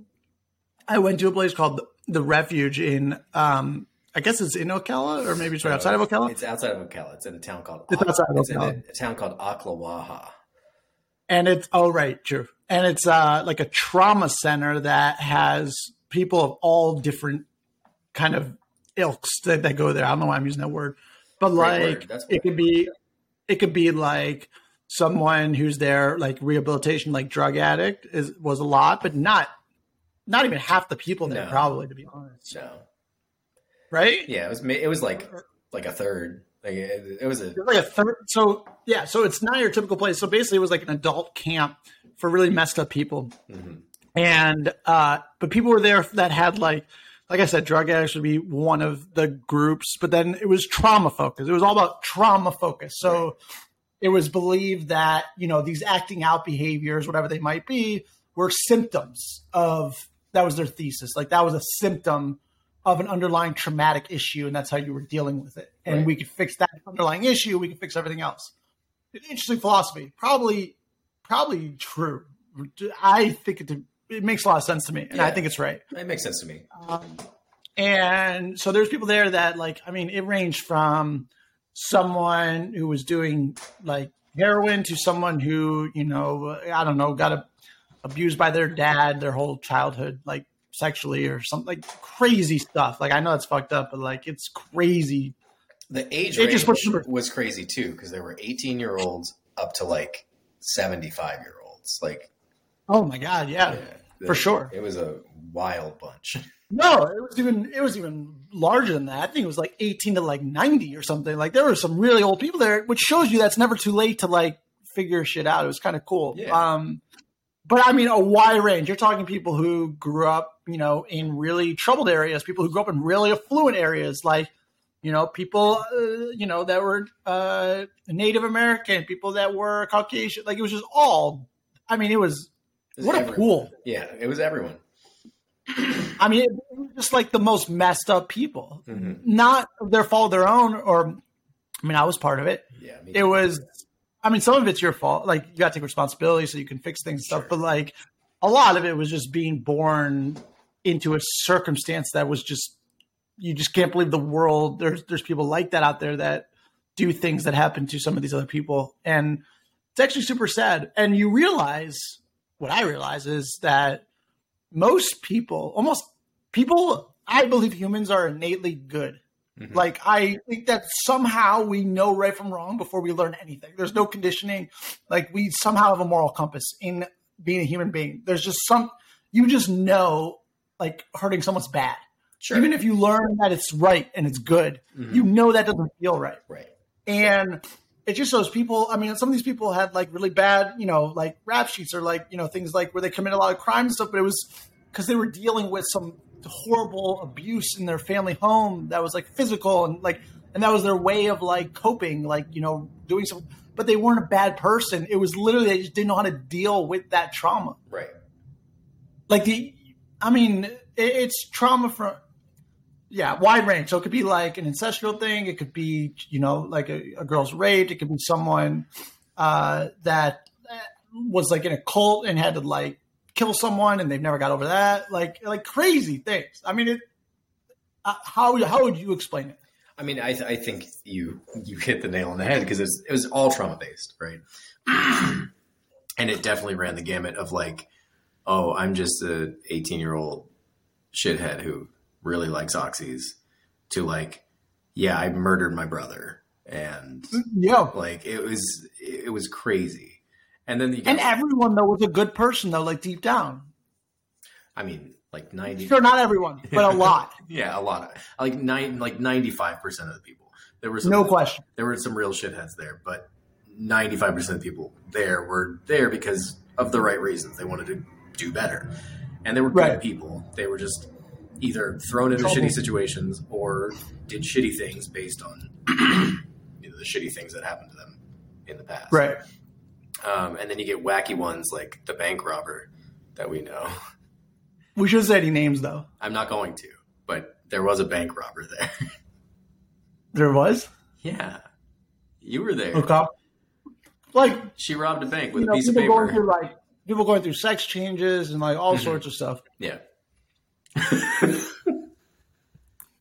S1: I went to a place called the, the Refuge in, um, I guess it's in Ocala or maybe it's right outside of Ocala.
S2: It's outside of Ocala. It's in a town called.
S1: It's outside of
S2: it's in a,
S1: Ocala.
S2: a town called Ocklawaha.
S1: And it's, oh, right, true. And it's uh, like a trauma center that has people of all different kind of ilks that, that go there. I don't know why I'm using that word, but
S2: Great word.
S1: like
S2: That's
S1: it could be, it could be like someone who's there like rehabilitation, like drug addict is was a lot, but not not even half the people there,
S2: No.
S1: probably to be honest,
S2: No.
S1: right?
S2: Yeah, it was ma- it was like like a third. Like it, it was a
S1: It was like a third. So yeah, so it's not your typical place. So basically, it was like an adult camp for really messed up people,
S2: mhm.
S1: and uh, but people were there that had like. Like I said, drug addicts would be one of the groups, but then it was trauma focused. It was all about trauma focus. So it was believed that you know these acting out behaviors whatever they might be were symptoms of that was their thesis like that was a symptom of an underlying traumatic issue and that's how you were dealing with it and
S2: Right.
S1: we could fix that underlying issue we could fix everything else An interesting philosophy probably probably true i think it, it makes a lot of sense to me and i
S2: Yeah.
S1: think it's right
S2: it makes sense to me.
S1: um, and so there's people there that like, I mean, it ranged from someone who was doing like heroin to someone who, you know, I don't know, got a, abused by their dad their whole childhood, like sexually or something like crazy stuff. Like I know it's fucked up, but like it's crazy.
S2: The age
S1: It
S2: range
S1: just was-
S2: was crazy too because there were 18 year olds up to like 75 year olds. Like
S1: Oh my god, yeah.
S2: the-
S1: for sure.
S2: It was a wild bunch.
S1: No, it was even it was even larger than that. I think it was like 18 to like 90 or something. Like there were some really old people there, which shows you that's never too late to like figure shit out. It was kind of cool.
S2: Yeah.
S1: Um but I mean a wide range. You're talking people who grew up, you know, in really troubled areas, people who grew up in really affluent areas like you know, people, uh, you know, that were uh, Native American, people that were Caucasian. Like, it was just all, I mean, it was,
S2: It was
S1: what a
S2: everyone.
S1: pool.
S2: Yeah, it was everyone.
S1: I mean, it was just like the most messed up people.
S2: Mhm.
S1: Not their fault, their own, or I mean, I was part of it.
S2: Yeah, me
S1: It was, I mean, some of it's your fault. Like, you got to take responsibility so you can fix things and stuff.
S2: Sure.
S1: But like, a lot of it was just being born into a circumstance that was just, you just can't believe the world. There's, there's people like that out there that do things that happen to some of these other people. And it's actually super sad. And you realize what I realize is that most people, almost people, I believe humans are innately good.
S2: Mhm.
S1: Mm-hmm. Like, I think that somehow we know right from wrong before we learn anything. There's no conditioning. Like, we somehow have a moral compass in being a human being. There's just some, you just know, like, hurting someone's bad.
S2: sure.
S1: Even if you learn that it's right and it's good,
S2: Mhm.
S1: you know that doesn't feel right
S2: right.
S1: and it just shows people i mean some of these people had like really bad you know like rap sheets or like you know things like where they commit a lot of crime and stuff but it was because they were dealing with some horrible abuse in their family home that was like physical and like and that was their way of like coping like you know doing some but they weren't a bad person it was literally they just didn't know how to deal with that trauma
S2: Right.
S1: like the i mean it, it's trauma from yeah wide range so it could be like an ancestral thing it could be you know like a, a girl's raped it could be someone uh, that uh, was like in a cult and had to like kill someone and they've never got over that like like crazy things i mean it uh, how how would you explain it
S2: I mean, I, I think you you hit the nail on the head because it was, it was all trauma based, right? and it definitely ran the gamut of like, oh, I'm just a 18 year old shithead who really likes oxys, to like, yeah, I murdered my brother, and
S1: yeah
S2: like it was it was crazy. And then you got,
S1: and everyone though was a good person though like deep down
S2: I mean, like 90,
S1: sure not everyone but a lot
S2: yeah, a lot of like nine, like 95 percent of the people. There were some
S1: no question
S2: there were some real shitheads there, but 95% of people there were there because of the right reasons. They wanted to do better. And they were good
S1: Right.
S2: people. They were just either thrown into
S1: Trouble.
S2: shitty situations or did shitty things based on you know, the shitty things that happened to them in the past.
S1: right
S2: Um, and then you get wacky ones like the bank robber that we know.
S1: we should say any names though
S2: I'm not going to, but there was a bank robber there.
S1: there was
S2: yeah. You were there.
S1: okay like
S2: She robbed a bank with
S1: you
S2: a
S1: know,
S2: piece of
S1: people going
S2: paper.
S1: through like people going through sex changes and like all
S2: Mhm.
S1: sorts of stuff.
S2: Yeah.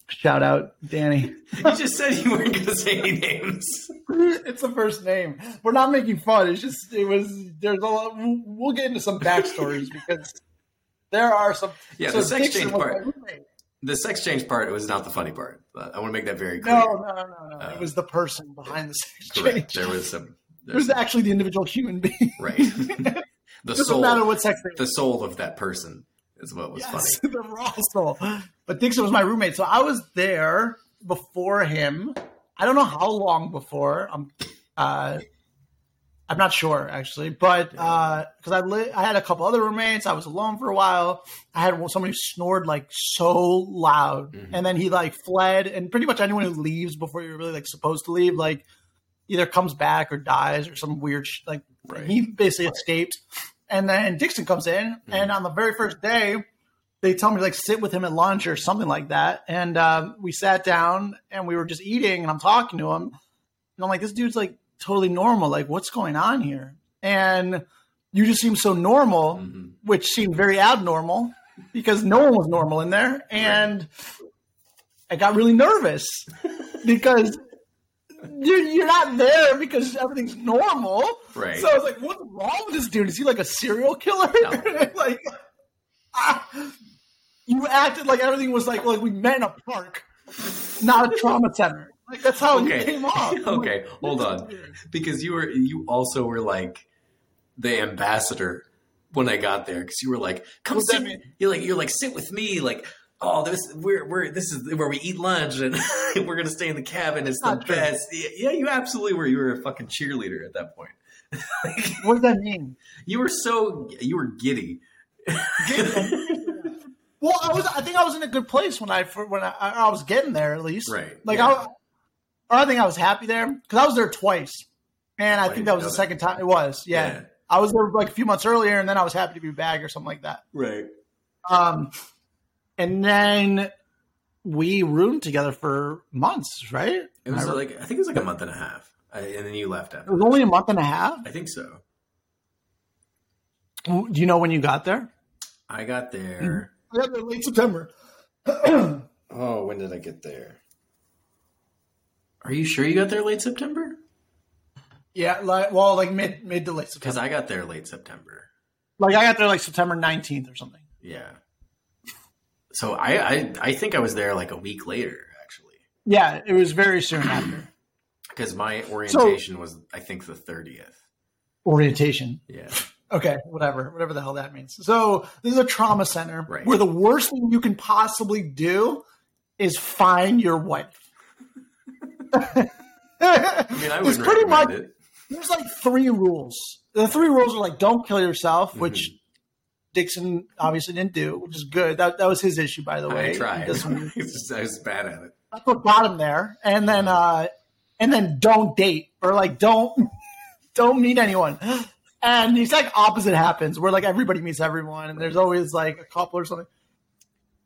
S1: Shout out Danny.
S2: You just said you weren't going to say any names.
S1: it's the first name. We're not making fun. It's just it was there's a lot. We'll get into some backstories because there are some.
S2: Yeah,
S1: so
S2: the sex
S1: Dixon
S2: change
S1: was
S2: part.
S1: my roommate.
S2: The sex change part was not the funny part. Uh, I want to make that very clear.
S1: No, no, no, no.
S2: Uh,
S1: it was the person behind the sex
S2: Correct.
S1: change.
S2: There was some.
S1: It
S2: There's
S1: was actually the individual human being.
S2: right. the
S1: It doesn't matter
S2: soul.
S1: what sex. they-
S2: The soul of that person is what was
S1: yes,
S2: funny.
S1: the Russell. But Dixon was my roommate, so I was there before him. I don't know how long before. I'm, uh, I'm not sure actually, but because I li- I had a couple other roommates, I was alone for a while. I had one- somebody who snored like so loud,
S2: Mhm.
S1: and then he like fled. And pretty much anyone who leaves before you're really like supposed to leave, like either comes back or dies or some weird sh- like
S2: Right. Mm-hmm.
S1: he basically escaped. And then Dixon comes in, and on the very first day, they tell me to like sit with him at lunch or something like that. And um, we sat down and we were just eating, and I'm talking to him, and I'm like, this dude's like totally normal. Like, what's going on here? And you just seem so normal,
S2: Mhm.
S1: which seemed very abnormal because no one was normal in there, and I got really nervous because. You're, you're not there because everything's normal.
S2: Right.
S1: So I was like, what's wrong with this dude? Is he like a serial killer?
S2: No.
S1: like, ah, you acted like everything was like, like we met in a park, not a trauma center. Like, that's how
S2: Okay.
S1: you came off. I'm like,
S2: okay, hold
S1: "This is
S2: on.
S1: weird."
S2: Because you were you also were like the ambassador when I got there because you were like, come
S1: What's that
S2: sit.
S1: mean?
S2: You're like you're like sit with me like. Oh, this we're we're this is where we eat lunch and we're gonna stay in the cabin. It's the
S1: Not true.
S2: best. Yeah, you absolutely were. You were a fucking cheerleader at that point.
S1: What does that mean?
S2: You were so you were giddy.
S1: Well, I was. I think I was in a good place when I fir- when I, I was getting there at least.
S2: Right,
S1: Like
S2: yeah.
S1: I, I think I was happy there because I was there twice, and I
S2: I
S1: think
S2: didn't
S1: that was
S2: know
S1: the
S2: that.
S1: second time. It was. Yeah.
S2: Yeah.
S1: I was there like a few months earlier, and then I was happy to be back or something like that.
S2: Right.
S1: Um, and then we roomed together for months, right?
S2: It was
S1: I-
S2: like I think it was like a month and a half, I, and then you left
S1: it
S2: after.
S1: was only a month and a half.
S2: I think so.
S1: Do you know when you got there?
S2: I got there.
S1: I got there late September.
S2: Oh, when did I get there? Are you sure you got there late September?
S1: Yeah, like well, like mid mid to late
S2: Because
S1: September.
S2: I got there late September.
S1: Like I got there like September nineteenth or something.
S2: Yeah. So I, I I think I was there like a week later actually,
S1: Yeah, it was very soon after
S2: because my orientation was I think the thirtieth.
S1: orientation.
S2: Yeah.
S1: Okay, whatever, whatever the hell that means. So this is a trauma center
S2: Right.
S1: where the worst thing you can possibly do is find your wife.
S2: I mean, I
S1: it's
S2: was
S1: pretty much
S2: it.
S1: there's like three rules. The three rules are like don't kill yourself,
S2: Mm-hmm.
S1: which Dixon obviously didn't do, which is good. That that was his issue, by the way.
S2: I tried.
S1: This one-
S2: It's just- I was bad at it.
S1: That's what got him there. And then uh and then don't date or like don't don't meet anyone. And it's like opposite happens where like everybody meets everyone and there's always like a couple or something.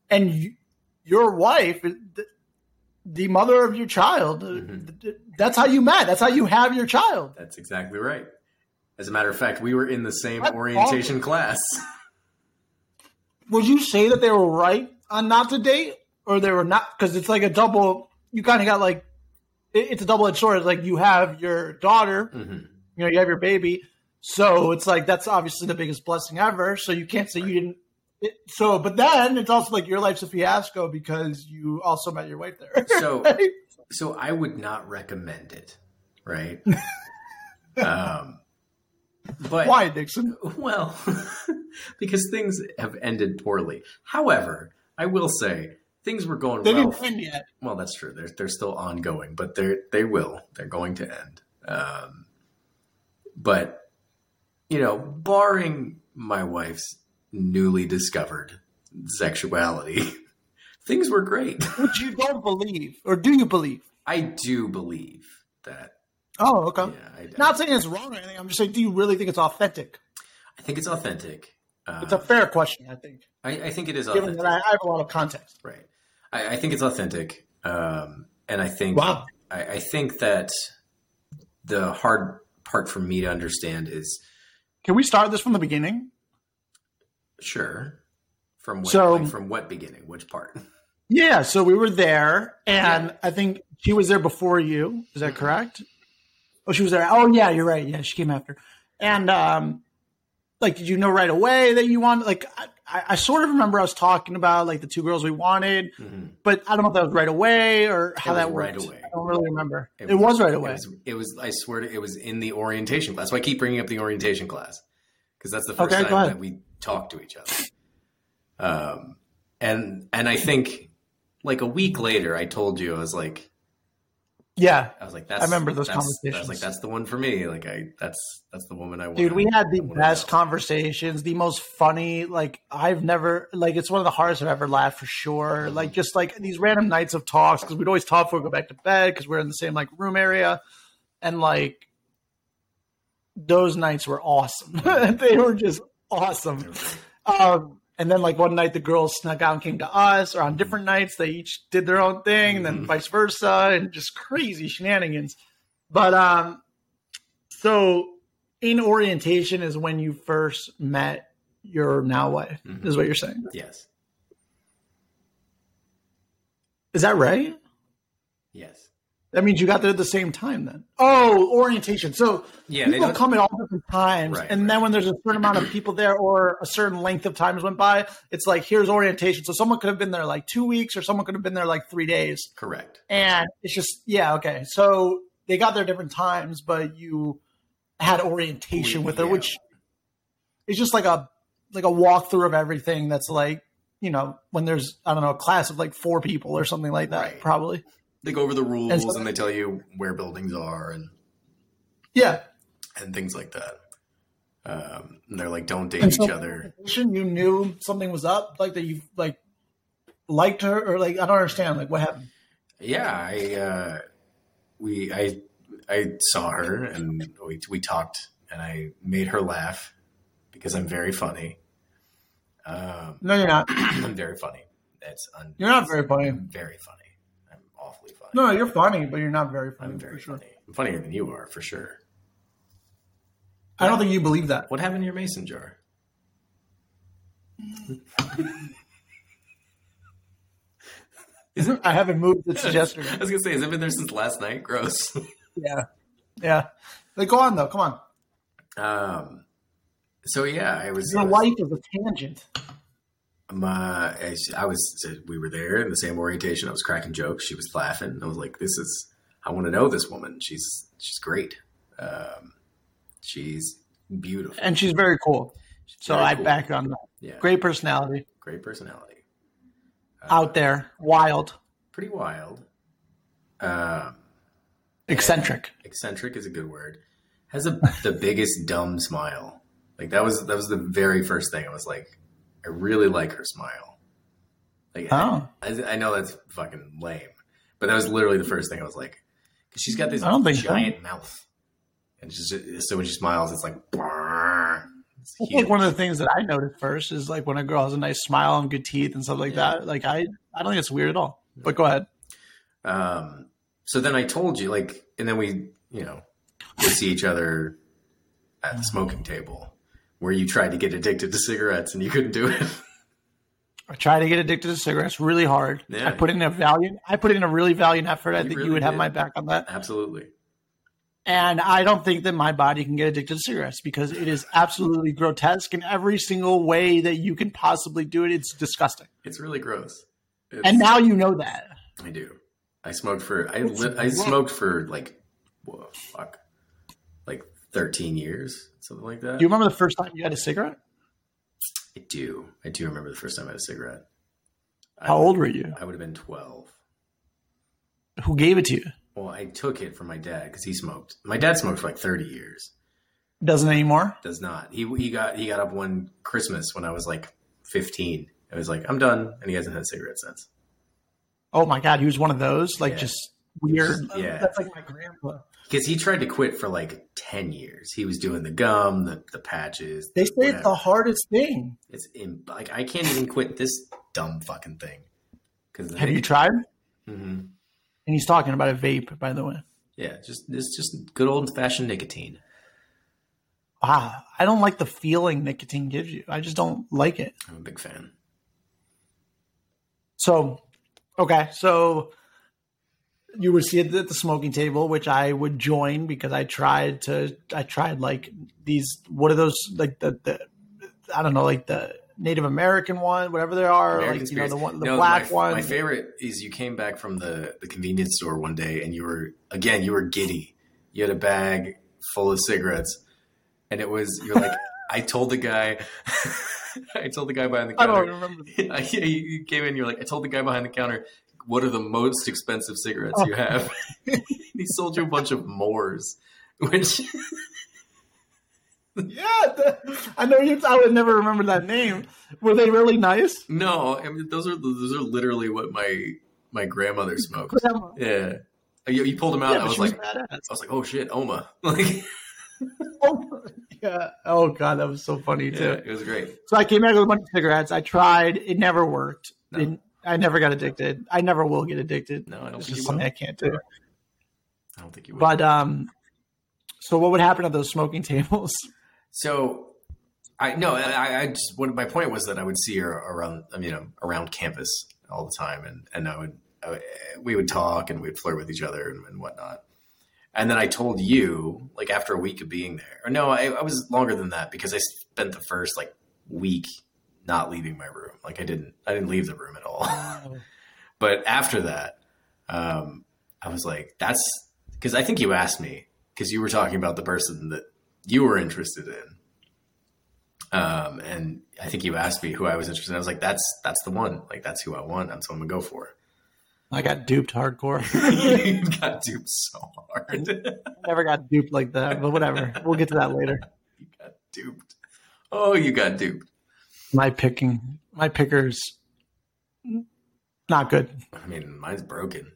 S1: And you, your wife the, the mother of your child
S2: Mm-hmm.
S1: th- that's how you met. That's how you have your child.
S2: That's exactly right. As a matter of fact, we were in the same
S1: That's
S2: orientation class.
S1: would you say that they were right on not to date or they were not because it's like a double you kind of got like it- it's a double-edged sword It's like you have your daughter you know you have your baby so it's like that's obviously the biggest blessing ever so you can't say you didn't it, so but then it's also like your life's a fiasco because you also met your wife there
S2: So so I would not recommend it, right? um, but
S1: why dixon
S2: Well, because things have ended poorly. However, I will say things were going
S1: they
S2: well.
S1: didn't win yet
S2: Well, that's true. They're they're still ongoing, but they they will. They're going to end. Um, but you know, barring my wife's newly discovered sexuality, things were great.
S1: which you don't believe or do you believe
S2: I do believe that.
S1: oh okay
S2: Yeah, I,
S1: not saying it's wrong or anything i'm just saying do you really think it's authentic
S2: I think it's authentic. Uh,
S1: it's a fair question i think
S2: I, I think it is
S1: given
S2: authentic.
S1: that I, I have a lot of context
S2: Right. I, I think it's authentic. Um, and I think
S1: Wow.
S2: I, I think that the hard part for me to understand is
S1: Can we start this from the beginning?
S2: sure from what
S1: So-
S2: like, from what beginning, which part?
S1: Yeah. So we were there, and I think she was there before you. Is that correct? Oh, she was there. Oh, yeah. You're right. Yeah, she came after. And um, like, did you know right away that you wanted? Like, I, I I sort of remember I was talking about like the two girls we wanted,
S2: Mhm.
S1: but I don't know if that was right away or
S2: It
S1: how that
S2: was
S1: worked.
S2: right away.
S1: I don't really remember. It,
S2: It
S1: was, right
S2: It
S1: away.
S2: was, it was I swear to, it was in the orientation class. So I keep bringing up the orientation class because that's the first
S1: Okay, go
S2: time
S1: ahead.
S2: that we talked to each other. Um, and and I think like a week later, I told you I was like,
S1: Yeah,
S2: I was like, that's,
S1: remember those
S2: that's- I was
S1: conversations.
S2: like, that's the one for me. Like, I that's that's the woman I want.
S1: dude, we had the
S2: I wanna
S1: best
S2: know.
S1: conversations, the most funny. Like I've never like it's one of the hardest I've ever laughed for sure. Like just like these random nights of talks because we'd always talk before we go back to bed because we're in the same like room area, and like those nights were awesome. they were just awesome. Um, and then like one night the girls snuck out and came to us, or on different nights they each did their own thing, and then
S2: Mhm.
S1: vice versa, and just crazy shenanigans. But um, so in orientation is when you first met your now wife,
S2: Mhm.
S1: is what you're saying.
S2: Yes,
S1: Is that right?
S2: yes,
S1: That means you got there at the same time then. Oh, orientation. So
S2: yeah. They
S1: people
S2: don't,
S1: come at all different times,
S2: Right,
S1: and
S2: right.
S1: then when there's a certain amount of people there or a certain length of times went by, it's like here's orientation. So someone could have been there like two weeks, or someone could have been there like three days,
S2: correct.
S1: and it's just yeah, okay. So they got there different times, but you had orientation
S2: We-
S1: with her,
S2: yeah.
S1: which is just like a like a walkthrough of everything. That's like you know when there's I don't know a class of like four people or something like that,
S2: Right.
S1: probably.
S2: They go over the rules and,
S1: so-
S2: they tell you where buildings are and
S1: Yeah,
S2: and things like that. Um, and they're like, don't date
S1: And
S2: each
S1: so-
S2: other.
S1: you knew something was up, like that you like liked her or like I don't understand, like what happened.
S2: Yeah, I uh, we I I saw her and we we talked and I made her laugh because I'm very funny. Um,
S1: No, you're not.
S2: I'm very funny. That's un-
S1: You're not very funny.
S2: I'm very funny. I'm awfully funny.
S1: No, you're funny, but you're not very funny.
S2: I'm
S1: for
S2: very
S1: sure.
S2: funny. I'm funnier than you are for sure.
S1: I don't think you believe that.
S2: What happened to your mason jar?
S1: I haven't moved it since
S2: I
S1: yesterday.
S2: was gonna say, has it been there since last night? Gross.
S1: Yeah, yeah. Like, go on though. Come on.
S2: um. So yeah, I was.
S1: Your
S2: I was-
S1: wife is a tangent.
S2: my I s- I was we were there in the same orientation. I was cracking jokes. She was laughing. I was like, "This is I want to know this woman. She's she's great. Um, she's beautiful.
S1: And she's very cool.
S2: She's
S1: So
S2: very
S1: I
S2: cool.
S1: back her on that.
S2: yeah, great,
S1: Great personality.
S2: great personality. Uh,
S1: Out there. Wild.
S2: pretty wild. Um,
S1: Eccentric.
S2: eccentric is a good word. Has a, the biggest dumb smile. Like that was that was the very first thing. I was like, I really like her smile. Like
S1: Oh.
S2: I, I know that's fucking lame, but that was literally the first thing I was like, because she's got this
S1: I don't think so.
S2: giant mouth, and she's just, so when she smiles, it's like, "Brrr." It's
S1: I
S2: huge.
S1: think one of the things that I noticed first is like when a girl has a nice smile and good teeth and stuff like
S2: Yeah.
S1: that. Like I, I don't think it's weird at all. But go ahead.
S2: Um, so then I told you, like, and then we, you know, we see each other at the smoking table where you tried to get addicted to cigarettes and you couldn't do it.
S1: I try to get addicted to cigarettes really hard.
S2: Yeah.
S1: I put in a valiant. I put in a really valiant effort.
S2: You
S1: I think
S2: really
S1: you would have
S2: did.
S1: my back on that.
S2: Absolutely.
S1: And I don't think that my body can get addicted to cigarettes because it is absolutely grotesque in every single way that you can possibly do it. It's disgusting.
S2: It's really gross. It's,
S1: And now you know that.
S2: I do. I smoked for, I,
S1: It's
S2: li- I
S1: gross.
S2: smoked for like, whoa, fuck, like 13 years, something like that.
S1: Do you remember the first time you had a cigarette?
S2: I do. I do remember the first time I had a cigarette. I
S1: How
S2: would-
S1: old were you?
S2: I would have been 12.
S1: Who gave it to you?
S2: Well, I took it from my dad because he smoked. My dad smoked for like 30 years.
S1: Doesn't anymore.
S2: does not. He he got he got up one Christmas when I was like 15. I was like, I'm done, and he hasn't had a cigarette since.
S1: Oh my god, he was one of those like
S2: Yeah.
S1: just weird.
S2: Yeah.
S1: That's like my grandpa.
S2: Because he tried to quit for like 10 years. He was doing the gum, the, the patches.
S1: They say it's the
S2: whatever.
S1: hardest thing.
S2: It's in, like I can't even quit this dumb fucking thing. Because
S1: Have you tried?
S2: hmm
S1: And he's talking about a vape, by the way.
S2: Yeah, just it's just good old fashioned nicotine.
S1: Ah, I don't like the feeling nicotine gives you. I just don't like it.
S2: I'm a big fan.
S1: So, okay, so you would see it at the smoking table, which I would join because I tried to. I tried like these. What are those like the the? I don't know, like the Native American one, whatever there are,
S2: American
S1: like you know the
S2: Spirits.
S1: one, the
S2: No,
S1: black
S2: my,
S1: one.
S2: My favorite is you came back from the, the convenience store one day and you were again you were giddy. You had a bag full of cigarettes, and it was you're like I told the guy. I told the guy behind the
S1: I don't
S2: counter.
S1: remember.
S2: Yeah, you came in. You're like, I told the guy behind the counter, what are the most expensive cigarettes you have? he sold you a bunch of Moors, which
S1: Yeah, the- I know you. I would never remember that name. Were they really nice?
S2: no, I mean those are those are literally what my my grandmother smoked.
S1: Grandma.
S2: Yeah, you, you pulled them out.
S1: yeah,
S2: I
S1: but
S2: was
S1: she
S2: like,
S1: badass.
S2: I was like, oh shit, Oma. Like,
S1: Oh, yeah. Oh god, that was so funny too.
S2: yeah, it was great.
S1: So I came back with a bunch of cigarettes. I tried. It never worked.
S2: No.
S1: It- I never got addicted. I never will get addicted.
S2: No, I don't
S1: It's
S2: think
S1: just
S2: you
S1: something
S2: will.
S1: I can't do.
S2: I don't think you would.
S1: But um, so what would happen at those smoking tables?
S2: So I no, I, I just what my point was that I would see her around, um, you know, around campus all the time, and and I would, I would we would talk and we'd flirt with each other and, and whatnot. And then I told you, like after a week of being there, or no, I, I was longer than that because I spent the first like week not leaving my room. Like I didn't, I didn't leave the room at all. But after that, um, I was like, that's because I think you asked me because you were talking about the person that you were interested in. Um, and I think you asked me who I was interested in. I was like, that's, that's the one, like, that's who I want. That's what I'm gonna go for.
S1: I got duped hardcore.
S2: you got duped so hard. you
S1: never got duped like that. But whatever. We'll get to that later.
S2: got duped. Oh, you got duped.
S1: My picking, my pickers, not good.
S2: I mean, mine's broken.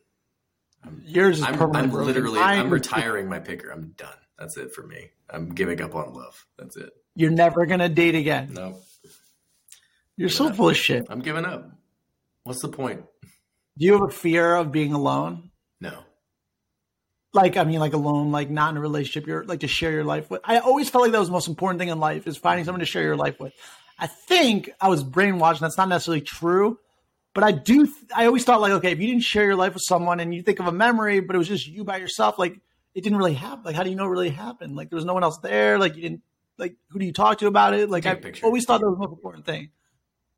S1: Yours is
S2: I'm,
S1: permanently
S2: I'm
S1: broken.
S2: literally,
S1: Mine
S2: I'm
S1: is-
S2: retiring my picker. I'm done. That's it for me. I'm giving up on love. That's it.
S1: You're never gonna date again.
S2: No,
S1: You're so
S2: Yeah.
S1: full of shit.
S2: I'm giving up. What's the point?
S1: Do you have a fear of being alone?
S2: No.
S1: like I mean, like alone, like not in a relationship, you're like to share your life with. I always felt like that was the most important thing in life is finding someone to share your life with. I think I was brainwashed. and That's not necessarily true, but I do. I always thought like, okay, if you didn't share your life with someone and you think of a memory, but it was just you by yourself, like it didn't really happen. Like, how do you know it really happened? Like there was no one else there. Like you didn't. Like who do you talk to about it? Like
S2: Take a
S1: I
S2: picture.
S1: always thought that was the most important thing.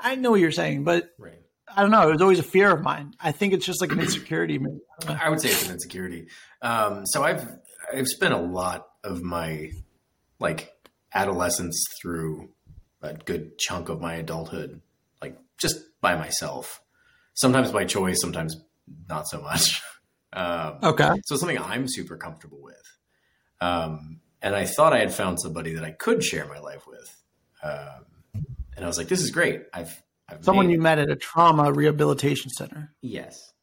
S1: I know what you're saying, but
S2: Right.
S1: I don't know. It was always a fear of mine. I think it's just like an insecurity. Maybe.
S2: I would say it's an insecurity. Um, so I've I've spent a lot of my like adolescence through a good chunk of my adulthood, like just by myself. Sometimes by choice, sometimes not so much. Um,
S1: Okay.
S2: so it's something I'm super comfortable with. Um, and I thought I had found somebody that I could share my life with. Um, and I was like, this is great. I've, I've
S1: Someone
S2: made
S1: you
S2: it.
S1: met at a trauma rehabilitation center.
S2: Yes.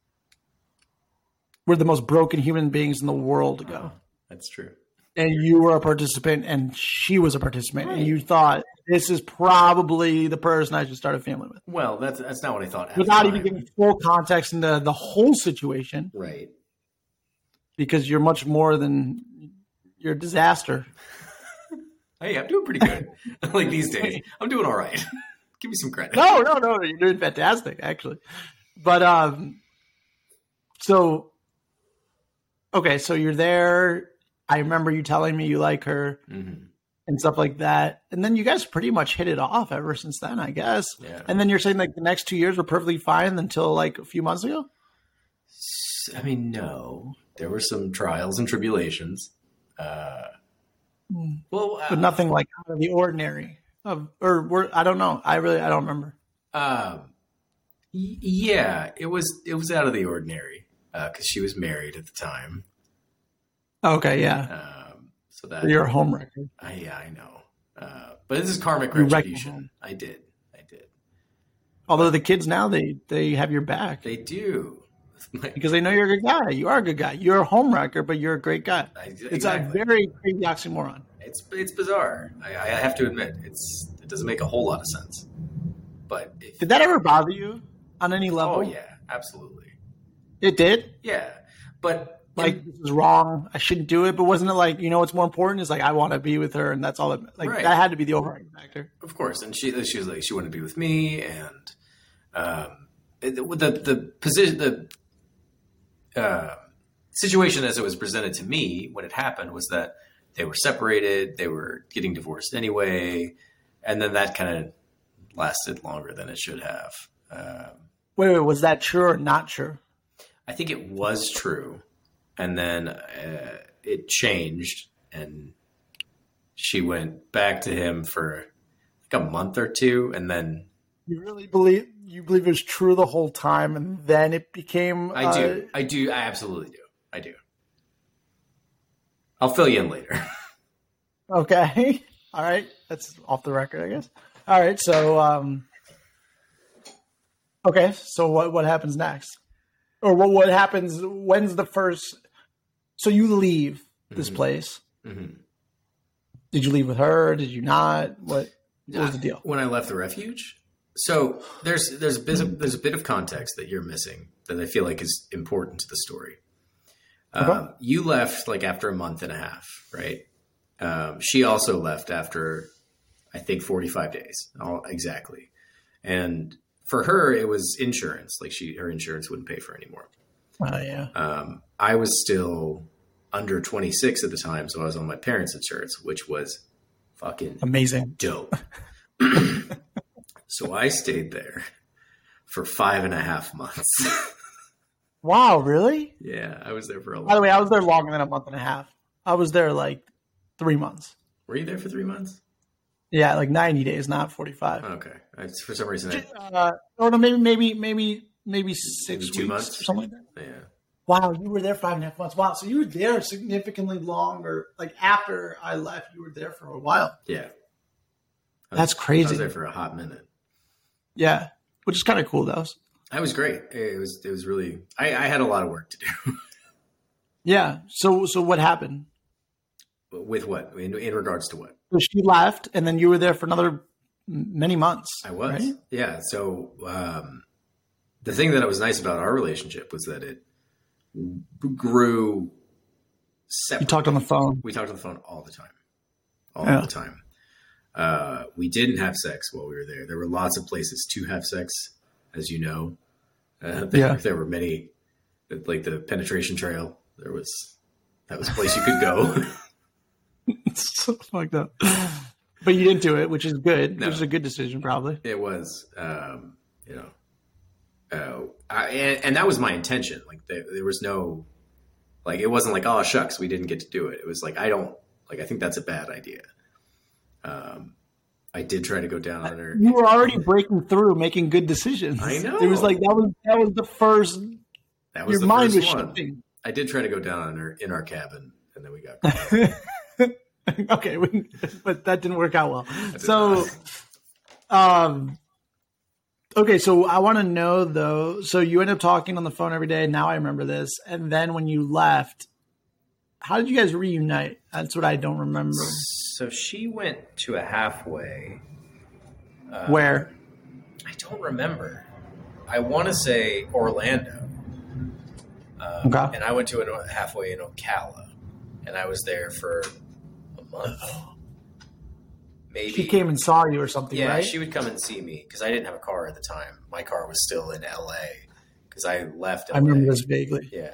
S1: Where the most broken human beings in the world go.
S2: Uh-huh. That's true.
S1: And you were a participant and she was a participant.
S2: Right.
S1: And you thought, this is probably the person I should start a family with.
S2: Well, that's, that's not what I thought. at the
S1: Without even
S2: time.
S1: giving full context into the whole situation,
S2: Right.
S1: because you're much more than you're a disaster.
S2: Hey, I'm doing pretty good. like these days, I'm doing all right. Give me some credit.
S1: No, no, no, you're doing fantastic, actually. But um so okay, so you're there. I remember you telling me you like her.
S2: Mhm.
S1: and stuff like that. And then you guys pretty much hit it off ever since then, I guess.
S2: Yeah.
S1: And then you're saying like the next two years were perfectly fine until like a few months ago.
S2: S- I mean, no, there were some trials and tribulations. Uh,
S1: Hmm.
S2: well,
S1: But
S2: uh,
S1: nothing like out of the ordinary. Of or we're, I don't know. I really I don't remember.
S2: um, y- yeah, it was it was out of the ordinary because she was married at the time.
S1: Okay, yeah.
S2: Um, so that
S1: You're a homewrecker.
S2: I, yeah, I know. Uh, but this is karmic
S1: You wrecked your
S2: retribution.
S1: home.
S2: I did. I did.
S1: Although the kids now they they have your back
S2: They do.
S1: because they know you're a good guy. You are a good guy. You're a homewrecker, but you're a great guy.
S2: I-
S1: It's
S2: exactly.
S1: a very crazy oxymoron.
S2: It's it's bizarre. I, I have to admit, it's it doesn't make a whole lot of sense. But if,
S1: Did that ever bother you on any level?
S2: oh yeah, absolutely,
S1: It did.
S2: yeah. But
S1: like this is wrong. I shouldn't do it. But wasn't it like you know what's more important is like I want to be with her, and that's all. That, like
S2: Right.
S1: that had to be the overriding factor.
S2: of course, and she she was like she wanted to be with me, and um, it- the the, the position the uh, situation as it was presented to me when it happened was that they were separated, they were getting divorced anyway, and then that kind of lasted longer than it should have. Um,
S1: Wait, wait, was that true or not true?
S2: I think it was true, and then uh, it changed, and she went back to him for like a month or two, and then
S1: You really believe you believe it was true the whole time, and then it became.
S2: I
S1: Uh,
S2: do, I do, I absolutely do, I do. I'll fill you in later.
S1: uh, okay. All right. That's off the record, I guess. All right. So, um, okay. So what what happens next, or what what happens? When's the first? So you leave this
S2: Mhm.
S1: place.
S2: Mhm.
S1: Did you leave with her? Did you not? What what was the deal?
S2: When I left the refuge, so there's there's a bit of, there's a bit of context that you're missing that I feel like is important to the story. Um, you left like after a month and a half, right? Um, she also left after I think 45 days, all, exactly. And for her, it was insurance. Like she, her insurance wouldn't pay for it anymore.
S1: Oh yeah.
S2: Um, I was still under 26 at the time, so I was on my parents' insurance, which was fucking
S1: Amazing.
S2: dope. so I stayed there for five and a half months.
S1: Wow. Really?
S2: yeah, I was there for a
S1: By the
S2: long.
S1: way, I was there longer than a month and a half. I was there like three months.
S2: Were you there for three months?
S1: Yeah, like ninety days, not forty-five.
S2: Okay, I, for some reason, I,
S1: Uh, or no, maybe, maybe, maybe, maybe six
S2: Maybe two
S1: weeks
S2: months?
S1: or something like that.
S2: yeah,
S1: Wow, you were there five and a half months. Wow, so you were there significantly longer. Like after I left, you were there for a while.
S2: yeah. I was-
S1: That's
S2: I was
S1: crazy.
S2: there for a hot minute.
S1: Yeah, which is kind of cool though.
S2: I was great. It was. It was really. I, I had a lot of work to do
S1: Yeah. So, so what happened?
S2: with what in, in regards to what
S1: So she left, and then you were there for another m- many months.
S2: I was.
S1: right?
S2: Yeah. So um, the thing that was nice about our relationship was that it grew.
S1: You
S2: Separate.
S1: talked on the phone.
S2: We talked on the phone all the time, all
S1: Yeah.
S2: the time. Uh, we didn't have sex while we were there. There were lots of places to have sex, as you know. Uh, there,
S1: Yeah.
S2: there were many, like the penetration trail. There was that was a place you could go.
S1: It's so fucked up. But you didn't do it, which is good.
S2: No.
S1: Which is a good decision, probably.
S2: It was, um, you know, uh, I, and, and that was my intention. Like there, there was no, like it wasn't like oh shucks we didn't get to do it. It was like I don't like I think that's a bad idea. Um, I did try to go down on her.
S1: You were already breaking through, making good decisions.
S2: I know.
S1: It was like that was that was the first.
S2: That was
S1: Your
S2: the
S1: mind was
S2: first one.
S1: shifting.
S2: I did try to go down on her in our cabin, and then we got.
S1: okay, we, but that didn't work out well.
S2: did
S1: So, um, okay, so I want to know though. So you end up talking on the phone every day. Now I remember this. And then when you left, how did you guys reunite? That's what I don't remember.
S2: so she went to a halfway. Uh,
S1: Where?
S2: I don't remember. I want to say Orlando. Um,
S1: Okay.
S2: And I went to it halfway in Ocala, and I was there for a month, maybe.
S1: She came and saw you or something,
S2: yeah,
S1: right?
S2: she would come and see me because I didn't have a car at the time. My car was still in L.A. because I left. LA.
S1: I remember this vaguely.
S2: Yeah,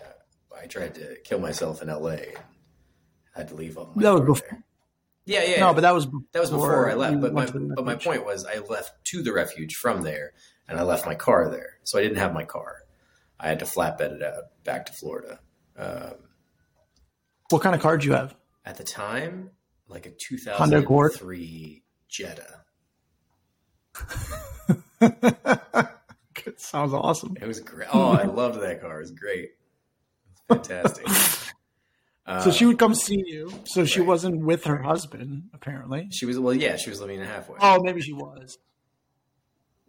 S2: I tried to kill myself in L.A. I had to leave on. My
S1: That was
S2: car
S1: before-
S2: there. Yeah, yeah.
S1: No, but that was
S2: That was before I left,
S1: you
S2: but my,
S1: went to the
S2: but my
S1: refuge.
S2: point was I left to the refuge from there, and I left my car there, so I didn't have my car. I had to flatbed it out back to Florida. Um,
S1: What kind of card you have?
S2: at the time, like a
S1: Honda Accord?
S2: 2003 Jetta.
S1: Sounds awesome.
S2: It was great. Oh, I loved that car. It was great. It was fantastic. Uh,
S1: so she would come see you. So she
S2: right.
S1: wasn't with her husband, apparently.
S2: she was well, yeah, she was living in halfway.
S1: Oh, maybe she was.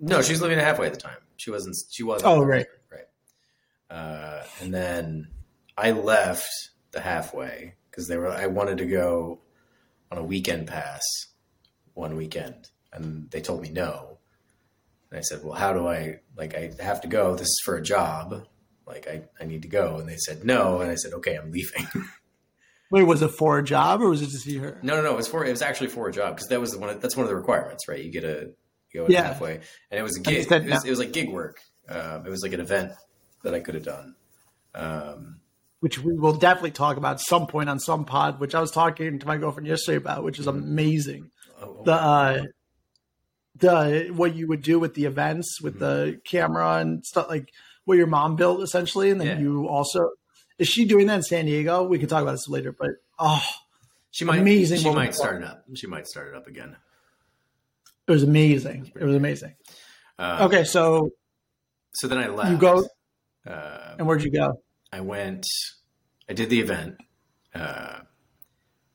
S2: No, she was living in halfway at the time. She wasn't. She wasn't.
S1: Oh, right.
S2: right. Uh, and then I left the halfway because they were. I wanted to go on a weekend pass one weekend, and they told me no. And I said, "Well, how do I like? I have to go. This is for a job. Like, I I need to go." And they said no, and I said, "Okay, I'm leaving."
S1: Wait, was it for a job or was it to see her?
S2: No, no, no. It was for it was actually for a job because that was the one. That's one of the requirements, right? You get a you go in
S1: Yeah.
S2: halfway, and it was a
S1: I
S2: gig.
S1: just said
S2: It was,
S1: no.
S2: it was like gig work. Um, it was like an event that I could have done. Um,
S1: Which we will definitely talk about at some point on some pod, which I was talking to my girlfriend yesterday about, which is amazing.
S2: oh,
S1: The uh, the what you would do with the events with the camera and stuff like what your mom built essentially, and then
S2: Yeah.
S1: you also is she doing that in San Diego? We can talk about this later, but oh,
S2: She might
S1: Amazing
S2: She
S1: woman.
S2: might start it up. She might start it up again.
S1: It was amazing. It was amazing.
S2: Uh,
S1: Okay, so
S2: So then I left.
S1: Oh. you go
S2: Uh,
S1: and where'd you go?
S2: I went. I did the event, uh,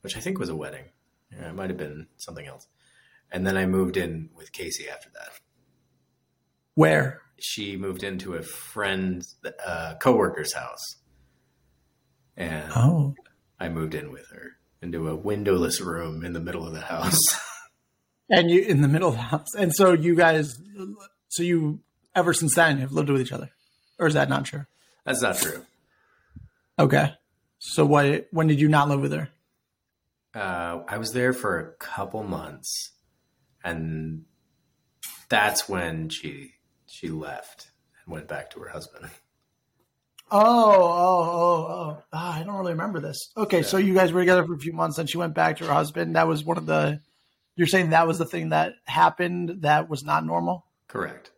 S2: which I think was a wedding. Yeah, it might have been something else. And then I moved in with Casey after that.
S1: Where?
S2: She moved into a friend's uh, coworker's house, and
S1: Oh,
S2: I moved in with her into a windowless room in the middle of the house.
S1: and you in the middle of the house, and so you guys, so you ever since then have lived with each other, or is that not true?
S2: That's not true.
S1: Okay, so what? When did you not live with her?
S2: Uh, I was there for a couple months, and that's when she she left and went back to her husband.
S1: Oh, oh, oh, oh, Ah, I don't really remember this. Okay, so you guys were together for a few months, and she went back to her husband. That was one of the. You're saying that was the thing that happened that was not normal.
S2: Correct.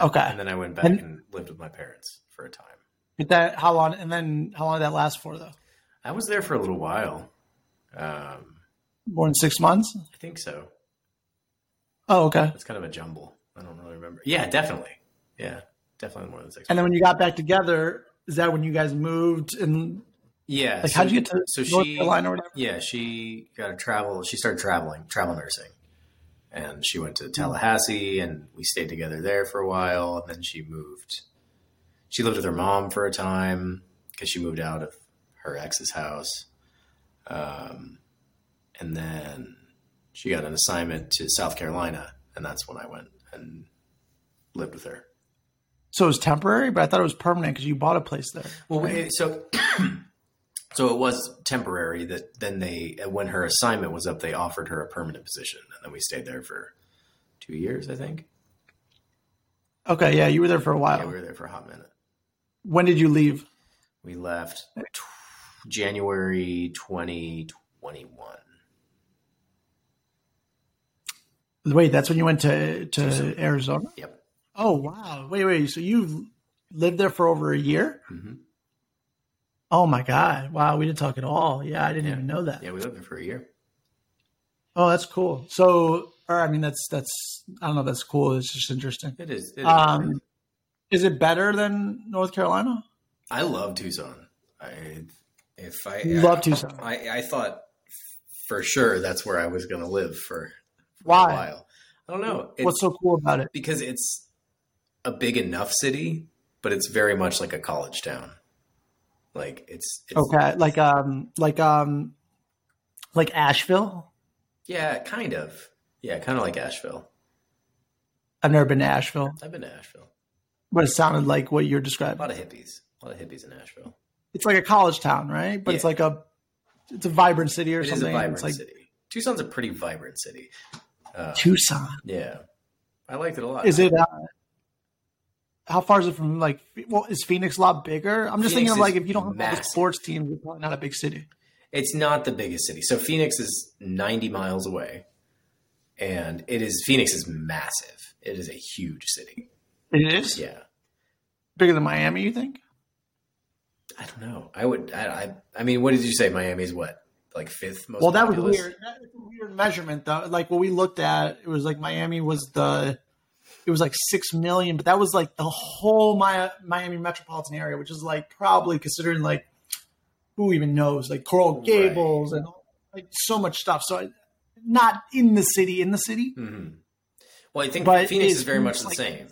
S1: Okay.
S2: And then I went back
S1: And-
S2: and, lived with my parents for a time.
S1: But that how long? And then how long did that last for though?
S2: I was there for a little while. Um,
S1: More than six months.
S2: I think so.
S1: Oh, okay.
S2: That's kind of a jumble. I don't really remember. Yeah, definitely. Yeah, definitely more than six.
S1: And then when you got back together, is that when you guys moved? And
S2: yeah.
S1: like,
S2: so-
S1: how'd you get to
S2: so
S1: North
S2: she-
S1: Carolina or whatever?
S2: Yeah, she got to travel. She started traveling, travel nursing. And she went to Tallahassee and we stayed together there for a while. And then she moved. She lived with her mom for a time because she moved out of her ex's house. Um, and then she got an assignment to South Carolina. And that's when I went and lived with her.
S1: So it was temporary, but I thought it was permanent because you bought a place there.
S2: Well, we, so so it was temporary. That then they, when her assignment was up, they offered her a permanent position, and then we stayed there for two years, I think.
S1: Okay, yeah, you were there for a while.
S2: Yeah, we were there for a hot minute.
S1: when did you leave?
S2: We left t- January twenty twenty one.
S1: Wait, that's when you went to to
S2: Tucson.
S1: Arizona.
S2: Yep.
S1: Oh wow! Wait, wait. So you lived there for over a year?
S2: hmm
S1: Oh my god! Wow, we didn't talk at all. Yeah, I didn't
S2: Yeah.
S1: even know that.
S2: Yeah, we lived there for a year.
S1: Oh, that's cool. So, or I mean, that's that's I don't know. if That's cool. It's just interesting.
S2: It is. It is
S1: Um, is it better than North Carolina?
S2: I love Tucson. I if I
S1: You love Tucson.
S2: I, I thought for sure that's where I was going to live for, for
S1: Why?
S2: a while. I don't know. It's-
S1: What's so cool about it?
S2: because it's a big enough city, but it's very much like a college town. Like it's, it's
S1: Okay, like um, like um, like Asheville.
S2: yeah, kind of, yeah, kind of like Asheville.
S1: I've never been to Asheville,
S2: I've been to Asheville.
S1: but it sounded like what you're
S2: A
S1: describing.
S2: lot of hippies, a lot of hippies in Asheville.
S1: It's like a college town, right? But it's
S2: Yeah.
S1: like a it's a vibrant city or
S2: It is
S1: something.
S2: a vibrant
S1: it's like
S2: city. Tucson's a pretty vibrant city. Uh,
S1: Tucson.
S2: yeah, I liked it a lot.
S1: Is it? Uh, how far is it from like? Ph- Well, is Phoenix a lot bigger? I'm just
S2: Phoenix
S1: thinking of like
S2: is
S1: if you don't have all the
S2: massive.
S1: sports teams, you're probably not a big city.
S2: It's not the biggest city. So Phoenix is 90 miles away, and it is Phoenix is massive. It is a huge city.
S1: It is
S2: Yeah.
S1: bigger than Miami. You think?
S2: I don't know. I would. I. I, I mean, what did you say? Miami's what? Like fifth most.
S1: well, that was
S2: populous?
S1: weird. That's a weird measurement though. Like what we looked at, it was like Miami was the. It was like six million, but that was like the whole Mi- Miami metropolitan area, which is like probably considering like who even knows, like Coral
S2: Right.
S1: Gables and like so much stuff. So I, not in the city, in the city,
S2: Mhm. Well, I think
S1: But
S2: Phoenix
S1: it's
S2: is very much the
S1: like-
S2: same.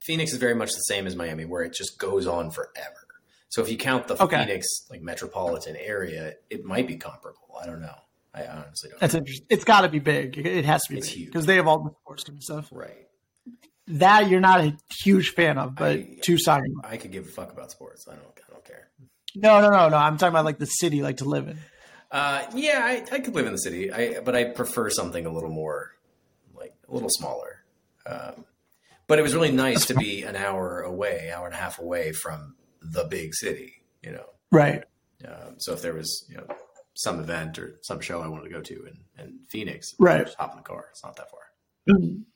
S2: Phoenix is very much the same as Miami, where it just goes on forever. So if you count the
S1: Okay.
S2: Phoenix like metropolitan area, it might be comparable. I don't know. I honestly don't.
S1: That's interesting. It's got to be big. It- It has to be
S2: It's
S1: big
S2: huge.
S1: because they have all the sports team stuff.
S2: know. right.
S1: That you're not a huge fan of, but
S2: I-
S1: Tucson. you are.
S2: I could give a fuck about sports. I don't. I don't care.
S1: No, no, no, no. I'm talking about like the city, like to live in.
S2: Uh, yeah, I, I could live in the city, I, but I prefer something a little more, like a little smaller. Um, but it was really nice to be an hour away, hour and a half away from the big city, you know.
S1: Right.
S2: Um, so if there was, you know, some event or some show I wanted to go to in, in Phoenix,
S1: Right.
S2: just hop in the car. It's not that far.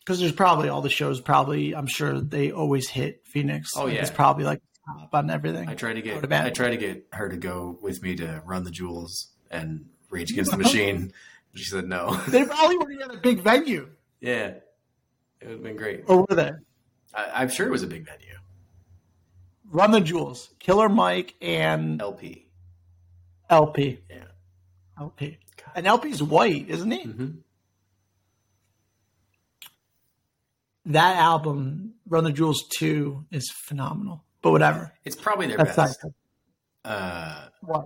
S1: Because there's probably all the shows, probably, I'm sure they always hit Phoenix.
S2: Oh,
S1: Like,
S2: yeah.
S1: It's probably like top on everything.
S2: I tried to
S1: Go to
S2: get
S1: Batman.
S2: I tried to get her to go with me to Run the Jewels and Rage Against the Machine. She said no.
S1: They probably already had a big venue,
S2: yeah, it would have been great.
S1: or were they?
S2: I, I'm sure it was a big venue.
S1: Run the Jewels, Killer Mike, and
S2: LP.
S1: LP.
S2: Yeah.
S1: LP. And LP's white, isn't he?
S2: Mm-hmm.
S1: That album, Run the Jewels 2, is phenomenal. But whatever.
S2: It's probably their
S1: That's
S2: best.
S1: not
S2: Uh,
S1: what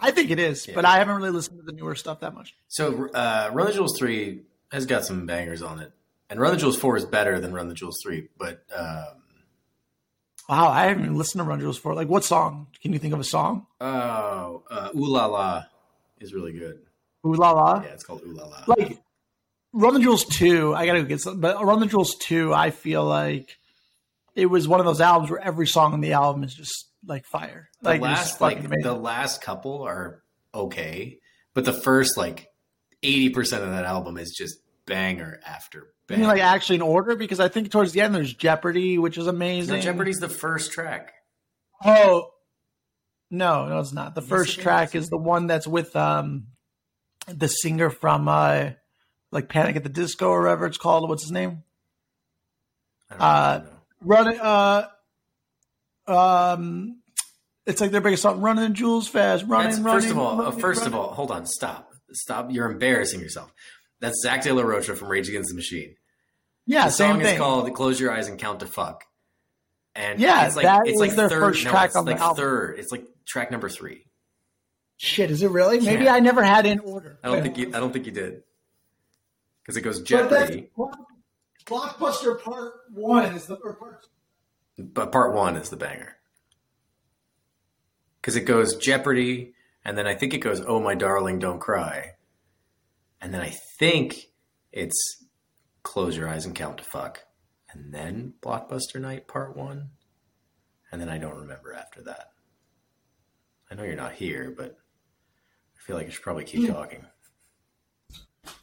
S1: I think it is,
S2: Yeah.
S1: but I haven't really listened to the newer stuff that much.
S2: so uh, Run the Jewels three has got some bangers on it, and Run the Jewels four is better than Run the Jewels three. But um,
S1: Wow, I haven't even listened to Run the Jewels 4. Like, what song? Can you think of a song?
S2: oh, uh, Ooh La La is really good.
S1: Ooh La La?
S2: Yeah, it's called Ooh La La.
S1: Like, Run the Jewels 2, I gotta go get some, but Run the Jewels 2, I feel like it was one of those albums where every song on the album is just like fire.
S2: the
S1: Like, it's
S2: last
S1: fucking
S2: like
S1: amazing.
S2: the last couple are okay, but the first like eighty percent of that album is just banger after
S1: You
S2: banger.
S1: mean like actually in order? Because I think towards the end there's Jeopardy, which is
S2: No,
S1: amazing.
S2: Jeopardy's the first track.
S1: Oh no, no, it's not. The
S2: Yes,
S1: first
S2: it is.
S1: track is the one that's with um the singer from uh like Panic at the Disco or whatever it's called. What's his name?
S2: I
S1: Uh,
S2: know.
S1: Running uh um it's like their biggest song, running the jewels fast, running,
S2: That's-
S1: running.
S2: first of all, uh,
S1: running,
S2: first of
S1: running.
S2: all, hold on, stop, stop. You're embarrassing yourself. That's Zach De La Rocha from Rage Against the Machine.
S1: yeah,
S2: the
S1: same
S2: song
S1: thing.
S2: is called "Close Your Eyes and Count to Fuck." And
S1: Yeah,
S2: it's like
S1: that
S2: it's
S1: was
S2: like
S1: their
S2: third,
S1: first
S2: no,
S1: track
S2: it's
S1: on the
S2: like
S1: album.
S2: third. It's like track number three.
S1: Shit, is it really? Maybe
S2: Yeah.
S1: I never had in order.
S2: I don't think you, I don't think you did because it goes
S1: But that's-
S2: Jeopardy,
S1: Blockbuster Part One is the or part
S2: but part one is the banger because it goes Jeopardy, and then I think it goes Oh My Darling, Don't Cry, and then I think it's Close Your Eyes and Count to Fuck, and then Blockbuster Night Part One, and then I don't remember after that. I know you're not here, but I feel like I should probably keep talking.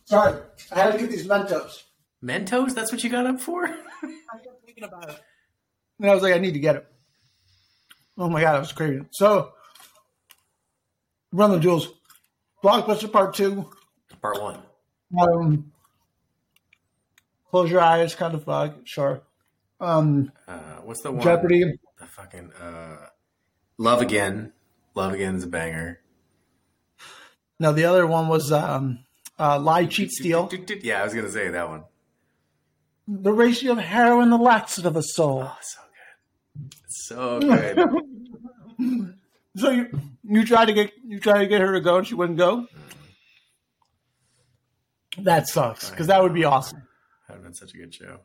S1: Sorry, I had to get these Mentos.
S2: Mentos? That's what you got up for?
S1: I kept thinking about it. And I was like, I need to get it. Oh my god, I was craving it. So Run the Jewels. Blockbuster Part Two.
S2: Part one.
S1: Um Close Your Eyes, kind of fog, sure. Um
S2: Uh, what's the one?
S1: Jeopardy.
S2: The fucking uh, Love Again. Love Again is a banger.
S1: No, the other one was um uh, Lie Cheat Steal.
S2: Yeah, I was gonna say that one.
S1: The ratio of heroin, the laxative of a soul.
S2: Oh, so good. It's so good.
S1: So you you try to get you try to get her to go and she wouldn't go? That sucks, because that would be awesome.
S2: that would been such a good show.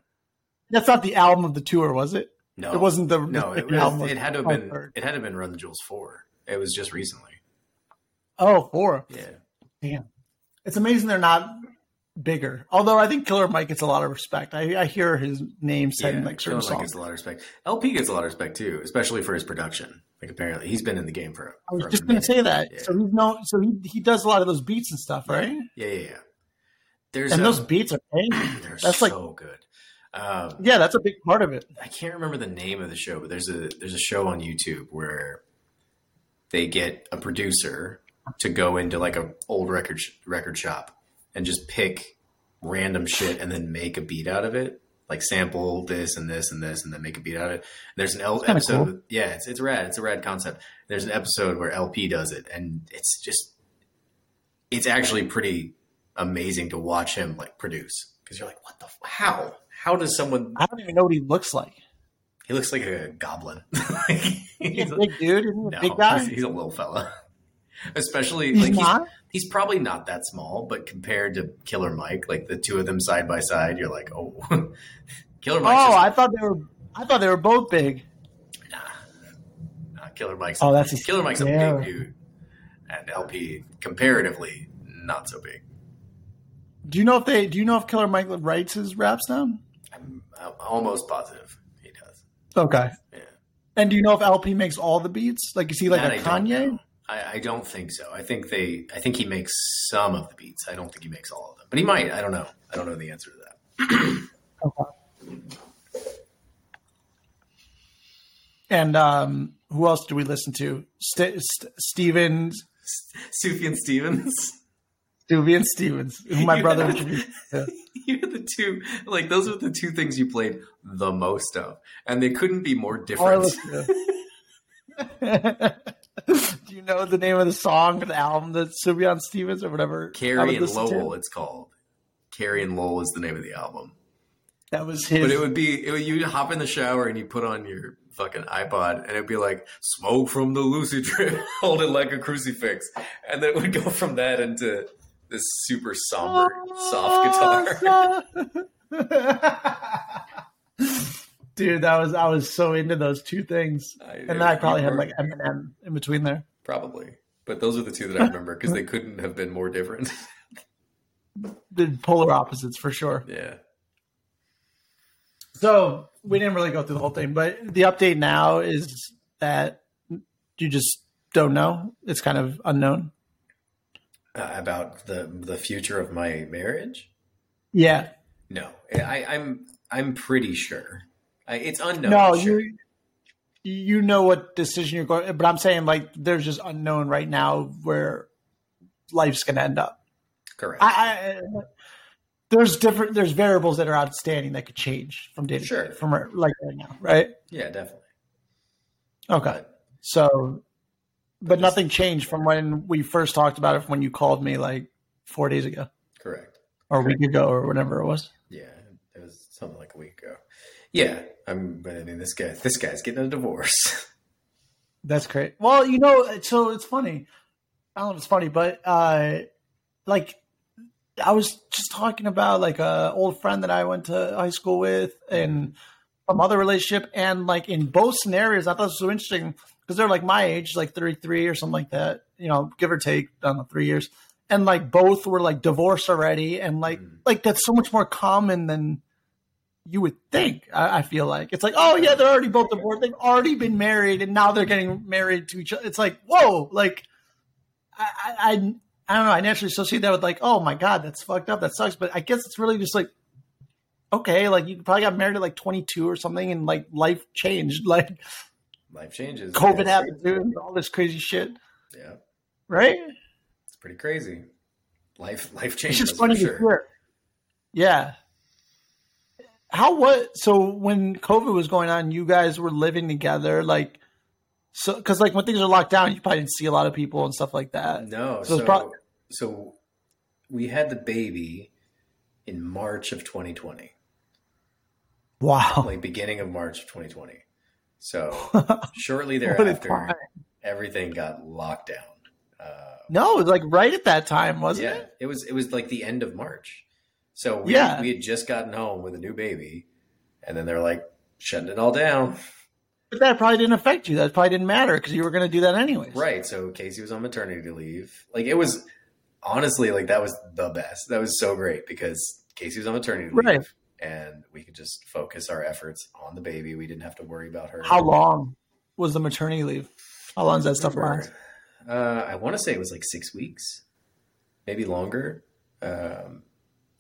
S1: That's not the album of the tour, was it?
S2: No,
S1: It wasn't the
S2: No,
S1: the
S2: it, was, it had to have been.
S1: Oh, third.
S2: It had to have been Run the Jewels four. It was just recently.
S1: Oh, four.
S2: Yeah,
S1: It's amazing they're not bigger. Although I think Killer Mike gets a lot of respect. I, I hear his name said
S2: yeah.
S1: in like certain
S2: Dylan, like,
S1: songs.
S2: gets a lot of respect. LP gets a lot of respect too, especially for his production. Like apparently, he's been in the game for.
S1: I was
S2: for a
S1: just going
S2: minute.
S1: to say that.
S2: Yeah.
S1: So he's no. So he he does a lot of those beats and stuff, right?
S2: Yeah, yeah, yeah. There's
S1: and
S2: a-
S1: those beats are banging.
S2: they're
S1: that's
S2: so
S1: like-
S2: good. Um,
S1: Yeah, that's a big part of it.
S2: I can't remember the name of the show, but there's a there's a show on YouTube where they get a producer to go into like a old record sh- record shop and just pick random shit and then make a beat out of it, like sample this and this and this and then make a beat out of it. And there's an L-
S1: kinda
S2: episode, yeah, it's it's rad, it's a rad concept. There's an episode where LP does it, and it's just it's actually pretty amazing to watch him like produce because you're like, what the f- how how does someone
S1: I don't even know what he looks like.
S2: he looks like a goblin.
S1: He's
S2: he's,
S1: a big dude, isn't he? A
S2: no,
S1: big guy.
S2: He's, he's a little fella. Especially
S1: He's
S2: like
S1: not.
S2: He's, he's probably not that small, but compared to Killer Mike, like the two of them side by side, you're like, oh, Killer Mike's
S1: oh, I
S2: just,
S1: thought they were. I thought they were both big.
S2: nah, Killer Mike's
S1: Oh, that's a-
S2: Killer Mike's a
S1: yeah.
S2: big dude, and LP comparatively not so big.
S1: Do you know if they? Do you know if Killer Mike writes his raps down?
S2: I'm, I'm almost positive he does.
S1: Okay.
S2: Yeah.
S1: And do you know if LP makes all the beats? Like, is he like
S2: That
S1: a
S2: I don't
S1: Kanye?
S2: know. I, I don't think so. I think they. I think he makes some of the beats. I don't think he makes all of them, but he might. I don't know. I don't know the answer to that.
S1: And um, who else do we listen to? St- St- Stevens.
S2: Sufjan Stevens.
S1: Doobie and Stevens, who my
S2: You
S1: brother
S2: had-
S1: introduced. Yeah.
S2: you had the two like those were the two things you played the most of, and they couldn't be more
S1: Or
S2: different.
S1: listen to- Do you know the name of the song, the album that Sylveon Stevens or whatever? I would
S2: Carrie and
S1: listen to?
S2: Lowell, it's called. Carrie and Lowell is the name of the album.
S1: That was his.
S2: But it would be it would, you'd hop in the shower and you put on your fucking iPod and it'd be like smoke from the Lucy drip, hold it like a crucifix, and then it would go from that into this super somber soft guitar.
S1: Dude, that was I was so into those two things, and then I probably had
S2: You
S1: like
S2: were-
S1: Eminem in between there.
S2: probably, but those are the two that I remember because they couldn't have been more different.
S1: The polar opposites for sure.
S2: yeah,
S1: So we didn't really go through the whole thing, but the update now is that you just don't know. It's kind of unknown.
S2: uh, about the the future of my marriage.
S1: Yeah.
S2: No, I, I'm I'm pretty sure. I, it's unknown.
S1: No,
S2: sure.
S1: you you know what decision you're going, but I'm saying like there's just unknown right now where life's gonna end up.
S2: correct.
S1: I, I there's different there's variables that are outstanding that could change from day to
S2: Sure.
S1: day, from right- like right now, right?
S2: yeah, definitely.
S1: Okay, so but nothing changed from when we first talked about it from when you called me like four days ago
S2: Correct.
S1: or a week ago or whatever it was.
S2: Yeah, it was something like a week ago. Yeah, I'm. But I mean, this guy, this guy's getting a divorce.
S1: That's great. Well, you know, so it's funny. I don't know if it's funny, but uh, like I was just talking about like a old friend that I went to high school with and some other relationship, and like in both scenarios, I thought it was so interesting because they're like my age, like thirty three or something like that, you know, give or take, I don't know, three years, and like both were like divorced already, and like
S2: Mm.
S1: like that's so much more common than you would think. I, I feel like it's like, oh yeah, they're already both divorced. They've already been married, and now they're getting married to each other. It's like, whoa, like I, I, I I don't know. I naturally associate that with like, oh my god, that's fucked up. That sucks. But I guess it's really just like, okay, like you probably got married at like 22 or something, and like life changed. Like
S2: Life changes.
S1: COVID happened, dude. and All this crazy shit,
S2: Yeah,
S1: right?
S2: it's pretty crazy. Life, life
S1: It's
S2: changes.
S1: just funny
S2: for
S1: to
S2: sure.
S1: hear. Yeah. How what? So when COVID was going on, you guys were living together, like, so because like when things are locked down, you probably didn't see a lot of people and stuff like that.
S2: No,
S1: So
S2: so
S1: it's
S2: so,
S1: prob-
S2: we had the baby in March of 2020,
S1: Wow.
S2: like beginning of March of 2020. So
S1: What
S2: shortly
S1: a
S2: thereafter,
S1: time.
S2: everything got locked down. Uh,
S1: No, it was like right at that time, wasn't
S2: yeah,
S1: it?
S2: was it was like the end of March. So we
S1: Yeah.
S2: we had just gotten home with a new baby, and then they're like shutting it all down.
S1: But that probably didn't affect you. That probably didn't matter because you were going to do that anyways.
S2: Right. So Casey was on maternity leave. Like it was honestly like that was the best. That was so great because Casey was on maternity leave.
S1: Right.
S2: and we could just focus our efforts on the baby. We didn't have to worry about her.
S1: How long was the maternity leave? How long does that stuff last?
S2: Uh, I want to say it was like six weeks, maybe longer. Um,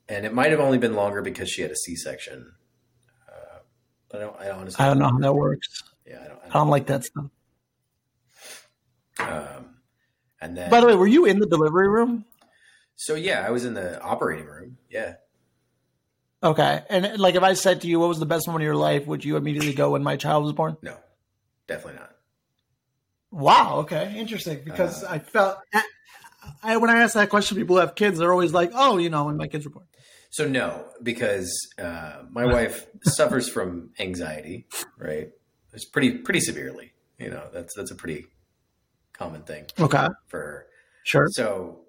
S2: and it might have only been longer because she had a C-section. Uh, but I don't. I honestly.
S1: I don't know how that works.
S2: Yeah, I don't. I
S1: I don't like that stuff.
S2: don't um, and then.
S1: By the way, were you in the delivery room?
S2: so yeah, I was in the operating room. Yeah.
S1: Okay. And like if I said to you, what was the best moment of your life, would you immediately go when my child was born?
S2: No, definitely not.
S1: Wow. Okay. Interesting. Because
S2: Uh,
S1: I felt, I, when I ask that question, people who have kids, they're always like, oh, you know, when my kids were born.
S2: So no, because uh, my wife suffers from anxiety, right? It's pretty pretty severely. You know, that's that's a pretty common thing
S1: Okay.
S2: for her.
S1: Sure.
S2: So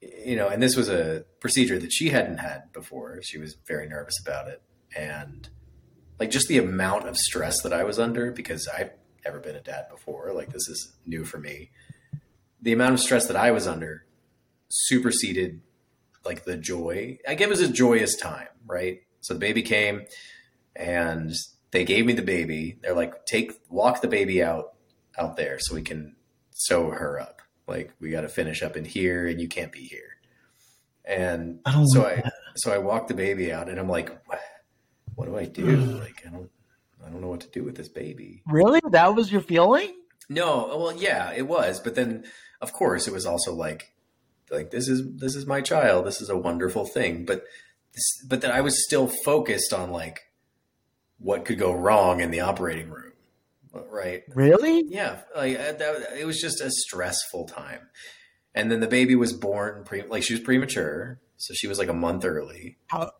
S2: you know, and this was a procedure that she hadn't had before. She was very nervous about it, and like just the amount of stress that I was under because I've never been a dad before. Like this is new for me. The amount of stress that I was under superseded like the joy. Like it was a joyous time, right? So the baby came and they gave me the baby. They're like, take walk the baby out out there so we can sew her up. Like we gotta finish up in here and you can't be here. And
S1: I don't
S2: so
S1: like
S2: I so I walk the baby out and I'm like, what do I do? like I don't I don't know what to do with this baby.
S1: Really? That was your feeling?
S2: uh, No, well, yeah, it was, but then of course it was also like like this is this is my child. This is a wonderful thing. But this, but then I was still focused on like what could go wrong in the operating room, uh, right?
S1: Really?
S2: Yeah, like uh, that, it was just a stressful time. And then the baby was born pre like she was premature, so she was like a month early.
S1: How?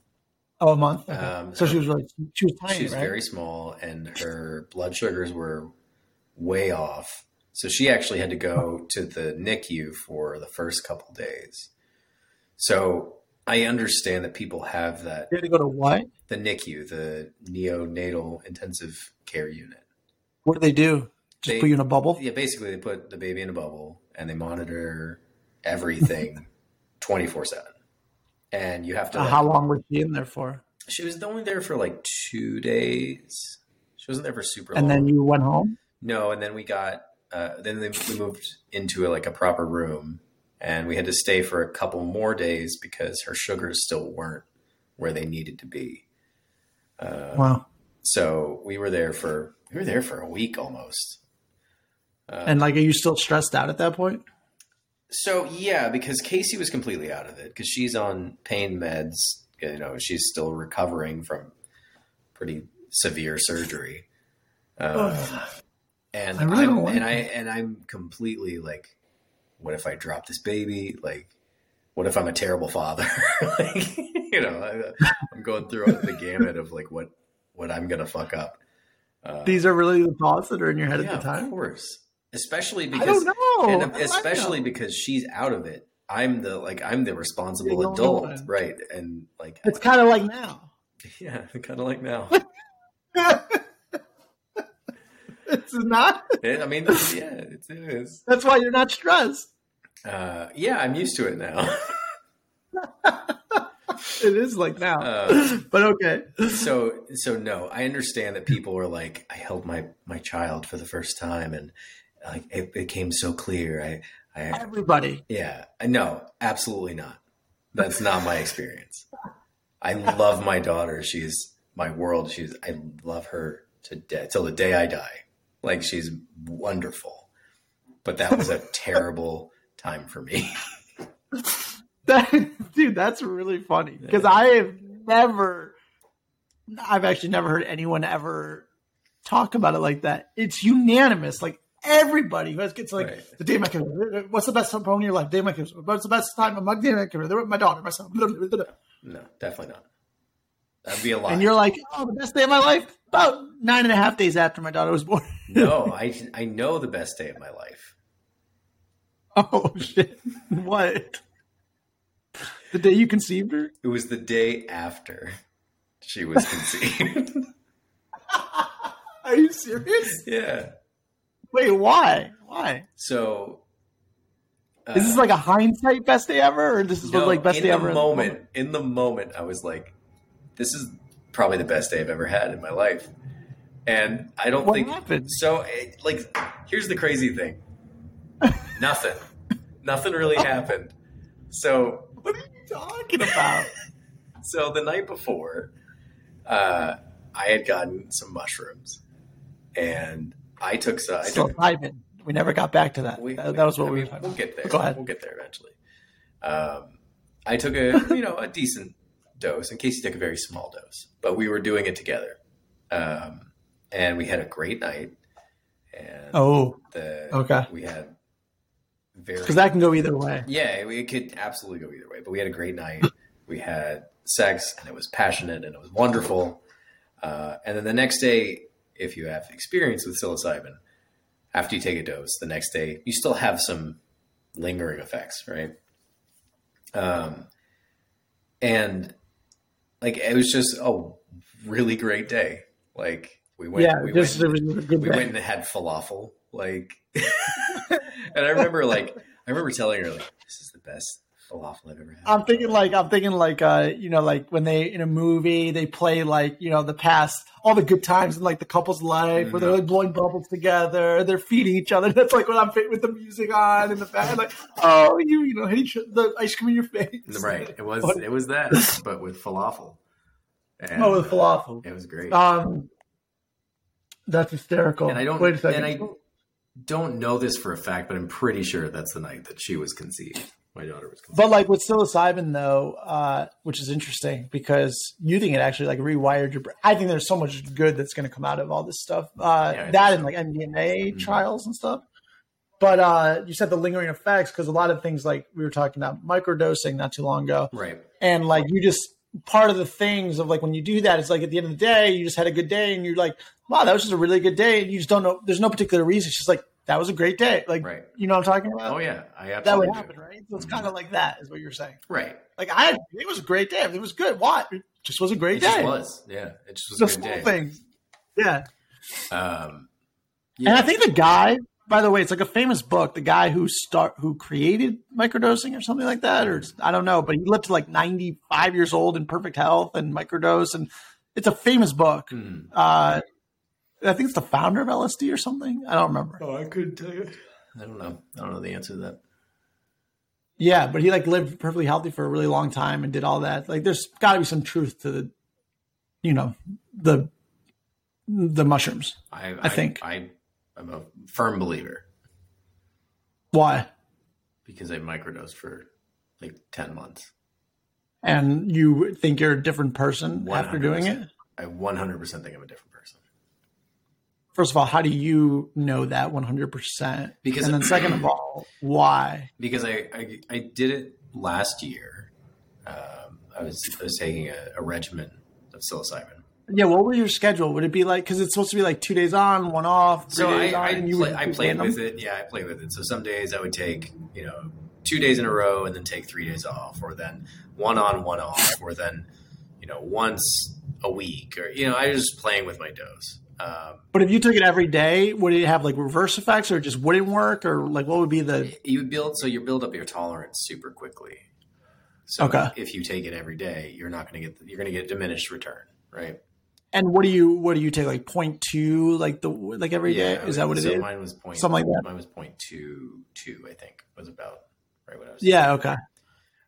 S1: Oh, a month. Okay.
S2: Um,
S1: so she was really she was tiny,
S2: She was
S1: right?
S2: very small, and her blood sugars were way off. So she actually had to go to the NICU for the first couple days. So I understand that people have that
S1: you had to go to what?
S2: the NICU, the neonatal intensive care unit.
S1: What do they do? Just
S2: They-
S1: put you in a bubble?
S2: Yeah, basically they put the baby in a bubble and they monitor everything twenty four seven. And you have to
S1: Uh,
S2: like,
S1: how long was she in there for?
S2: she was only there for like two days. She wasn't there for super
S1: And
S2: long.
S1: then you went home.
S2: No, and then we got uh, then they, we moved into like a proper room, and we had to stay for a couple more days because her sugars still weren't where they needed to be. Uh,
S1: Wow.
S2: so we were there for we were there for a week almost. Uh,
S1: And like, are you still stressed out at that point?
S2: so yeah, because Casey was completely out of it because she's on pain meds. You know, she's still recovering from pretty severe surgery. Uh, and
S1: I
S2: I
S1: really
S2: am
S1: don't like
S2: and I and I'm completely like, what if I drop this baby? Like, what if I'm a terrible father? like, you know, I, I'm going through the gamut of like what what I'm gonna fuck up. Uh,
S1: These are really the thoughts that are in your head
S2: yeah,
S1: at the
S2: of
S1: time.
S2: course, especially
S1: I
S2: because
S1: don't know.
S2: and
S1: Oh, I don't
S2: especially
S1: know.
S2: because she's out of it. I'm the like I'm the responsible
S1: You're the
S2: adult,
S1: only one.
S2: right? And like,
S1: it's kind of like now.
S2: yeah, kind of like now.
S1: it's not.
S2: It- I mean, this- yeah, it is.
S1: That's why you're not stressed.
S2: Uh, yeah, I'm used to it now.
S1: It is like now.
S2: Uh,
S1: but okay.
S2: so, so no, I understand that people were like, I held my my child for the first time, and like it became so clear. I, I,
S1: Everybody.
S2: yeah, no, absolutely not. That's not my experience. I love my daughter. She's my world. She's I love her to death till the day I die. Like she's wonderful. But that was a terrible time for me.
S1: That, dude, that's really funny. Because
S2: Yeah.
S1: I have never, I've actually never heard anyone ever talk about it like that. It's unanimous. Like everybody who has kids, like,
S2: Right.
S1: the day of my career, what's the best time of your life? Day of my career. What's the best time of my day of my career? They were My daughter, my son.
S2: No, definitely not. That'd be a lie.
S1: And you're like, oh, the best day of my life? About nine and a half days after my daughter was born.
S2: no, I I know the best day of my life.
S1: Oh, shit. what? The day you conceived her?
S2: It was the day after she was conceived.
S1: Are you serious?
S2: yeah.
S1: Wait, why? Why?
S2: So uh,
S1: Is this like a hindsight best day ever, or this is
S2: no,
S1: like best
S2: in
S1: day
S2: the
S1: ever?
S2: Moment in the moment, I was like, "This is probably the best day I've ever had in my life," and I don't
S1: What
S2: think
S1: happened?
S2: so. It, like, here's the crazy thing: nothing, nothing really happened. So
S1: What are you talking about?
S2: so the night before, uh, I had gotten some mushrooms, and I took so I took
S1: Psilocybin. We never got back to that.
S2: we,
S1: Uh, that, that was what
S2: I
S1: we
S2: mean,
S1: were talking
S2: We'll
S1: about.
S2: get there.
S1: Go ahead.
S2: We'll get there eventually. Um, I took a you know a decent dose, and Casey took a very small dose, but we were doing it together, um, and we had a great night. And
S1: Oh,
S2: the,
S1: okay.
S2: we had very
S1: Because that can go either way.
S2: yeah, we- it could absolutely go either way. But we had a great night. we had sex, and it was passionate, and it was wonderful. Uh, and then the next day, if you have experience with psilocybin, after you take a dose, the next day you still have some lingering effects, right? Um, and like it was just a really great day. Like we went,
S1: yeah,
S2: we
S1: just
S2: went,
S1: it was a good
S2: we
S1: day.
S2: went and had falafel like and i remember like i remember telling her like this is the best falafel i've ever had
S1: I'm thinking like I'm thinking like uh you know like when they in a movie they play like you know the past all the good times in like the couple's life where they're like blowing bubbles together they're feeding each other that's like what I'm fit with the music on in the back like oh you you know hit each the ice cream in your face
S2: right it was
S1: What?
S2: it was that but with falafel and
S1: oh with falafel
S2: it was great
S1: um that's hysterical
S2: and i don't
S1: wait a second
S2: and i don't know this for a fact but i'm pretty sure that's the night that she was conceived my daughter was complaining.
S1: But like with psilocybin though, uh, which is interesting because you think it actually like rewired your brain. I think there's so much good that's going to come out of all this stuff. Uh,
S2: Yeah, I
S1: that and
S2: think
S1: like MDMA
S2: Mhm.
S1: trials and stuff. But uh, you said the lingering effects because a lot of things like we were talking about microdosing not too long ago,
S2: right.
S1: and like you just part of the things of like when you do that, it's like at the end of the day you just had a good day and you're like, wow, that was just a really good day, and you just don't know. There's no particular reason. It's just like that was a great day. Like
S2: Right.
S1: you know what I'm talking about?
S2: Oh yeah, I absolutely
S1: Uh, that would
S2: do.
S1: happen, right? So it's
S2: Mhm.
S1: kind of like that, is what you're saying.
S2: Right.
S1: Like I, had, it was a great day. It was good. Why? It just was a great
S2: It
S1: day.
S2: just was. Yeah. It just was
S1: the
S2: a good
S1: small
S2: day.
S1: things. Yeah.
S2: Um,
S1: and
S2: yeah.
S1: I think the guy. By the way, it's like a famous book. The guy who start who created microdosing or something like that, or I don't know, but he lived to like 95 years old in perfect health and microdose, and it's a famous book.
S2: Hmm.
S1: Uh, I think it's the founder of LSD or something. I don't remember.
S2: Oh, I couldn't tell you. I don't know. I don't know the answer to that.
S1: Yeah, but he like lived perfectly healthy for a really long time and did all that. Like, there's got to be some truth to the, you know, the the mushrooms.
S2: I, I,
S1: think.
S2: I, I'm a firm believer
S1: Why?
S2: because I microdosed for like 10 months.
S1: And you think you're a different person after doing it?
S2: 100%. I 100% think I'm a different person.
S1: First of all, how do you know that 100? percent
S2: Because-
S1: and then second of all, why?
S2: because I, I, I did it last year. Um, I was I was taking a, a regimen of psilocybin.
S1: Yeah, what would your schedule? Would it be like because it's supposed to be like two days on, one off? three
S2: So I,
S1: days on,
S2: I,
S1: and you
S2: play,
S1: would
S2: I
S1: do
S2: played
S1: random?
S2: with it. Yeah, I played with it. So some days I would take you know two days in a row and then take three days off, or then one on one off, or then you know once a week, or you know I was just playing with my dose. Um,
S1: But if you took it every day, would it have like reverse effects, or it just wouldn't work, or like what would be the
S2: you build so you build up your tolerance super quickly. So
S1: Okay.
S2: if you take it every day, you're not going to get you're going to get diminished return, right?
S1: And what do you what do you take like point two like the like every day?
S2: Yeah,
S1: Is that what it
S2: so
S1: is?
S2: Mine was point
S1: Something like that.
S2: Mine was point two two, I think, was about right what I was.
S1: Yeah. Okay.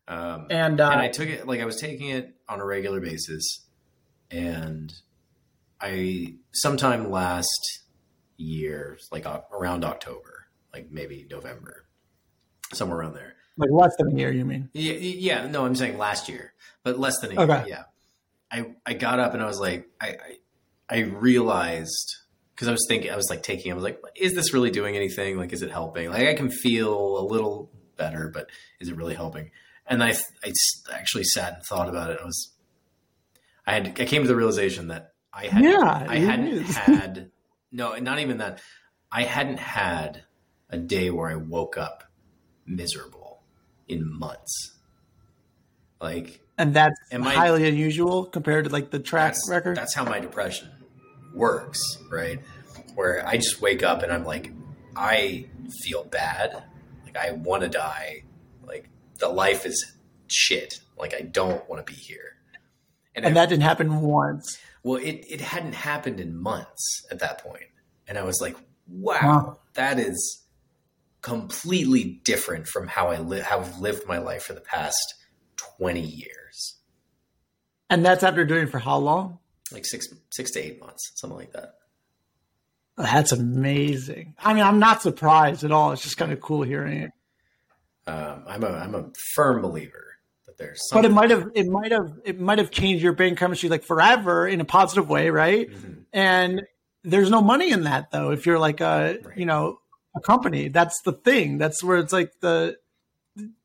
S2: Um, and,
S1: And, uh,
S2: I took it like I was taking it on a regular basis, and I sometime last year, like uh, around October, like maybe November, somewhere around there.
S1: like less than a year, you mean?
S2: Yeah, yeah. No, I'm saying last year, but less than a year.
S1: Okay.
S2: Yeah. I I got up and I was like, I I, I realized because I was thinking, I was like taking, I was like, is this really doing anything? Like, is it helping? Like, I can feel a little better, but is it really helping? And I I s- actually sat and thought about it. I was, I had I came to the realization that I had
S1: Yeah,
S2: I
S1: it
S2: hadn't
S1: is.
S2: had no, not even that. I hadn't had a day where I woke up miserable in months. Like
S1: And that's
S2: Am I-
S1: highly unusual compared to like the track
S2: that's,
S1: record.
S2: that's how my depression works, right? Where I just wake up and I'm like, I feel bad. Like I want to die. Like the life is shit. Like I don't want to be here.
S1: and
S2: I-
S1: that didn't happen once.
S2: well, it it hadn't happened in months at that point, and I was like, wow,
S1: Wow.
S2: that is completely different from how I li- how I've lived my life for the past twenty years.
S1: And that's after doing it for how long?
S2: like six six to eight months, something like that.
S1: Oh, That's amazing. I mean, I'm not surprised at all. It's just kind of cool hearing it.
S2: Um, I'm a I'm a firm believer that there's
S1: But it
S2: something.
S1: might have, it might have, it might have changed your brain chemistry like forever in a positive way, right?
S2: Mhm.
S1: And there's no money in that though. If you're like a,
S2: Right.
S1: you know, a company, that's the thing. That's where it's like the,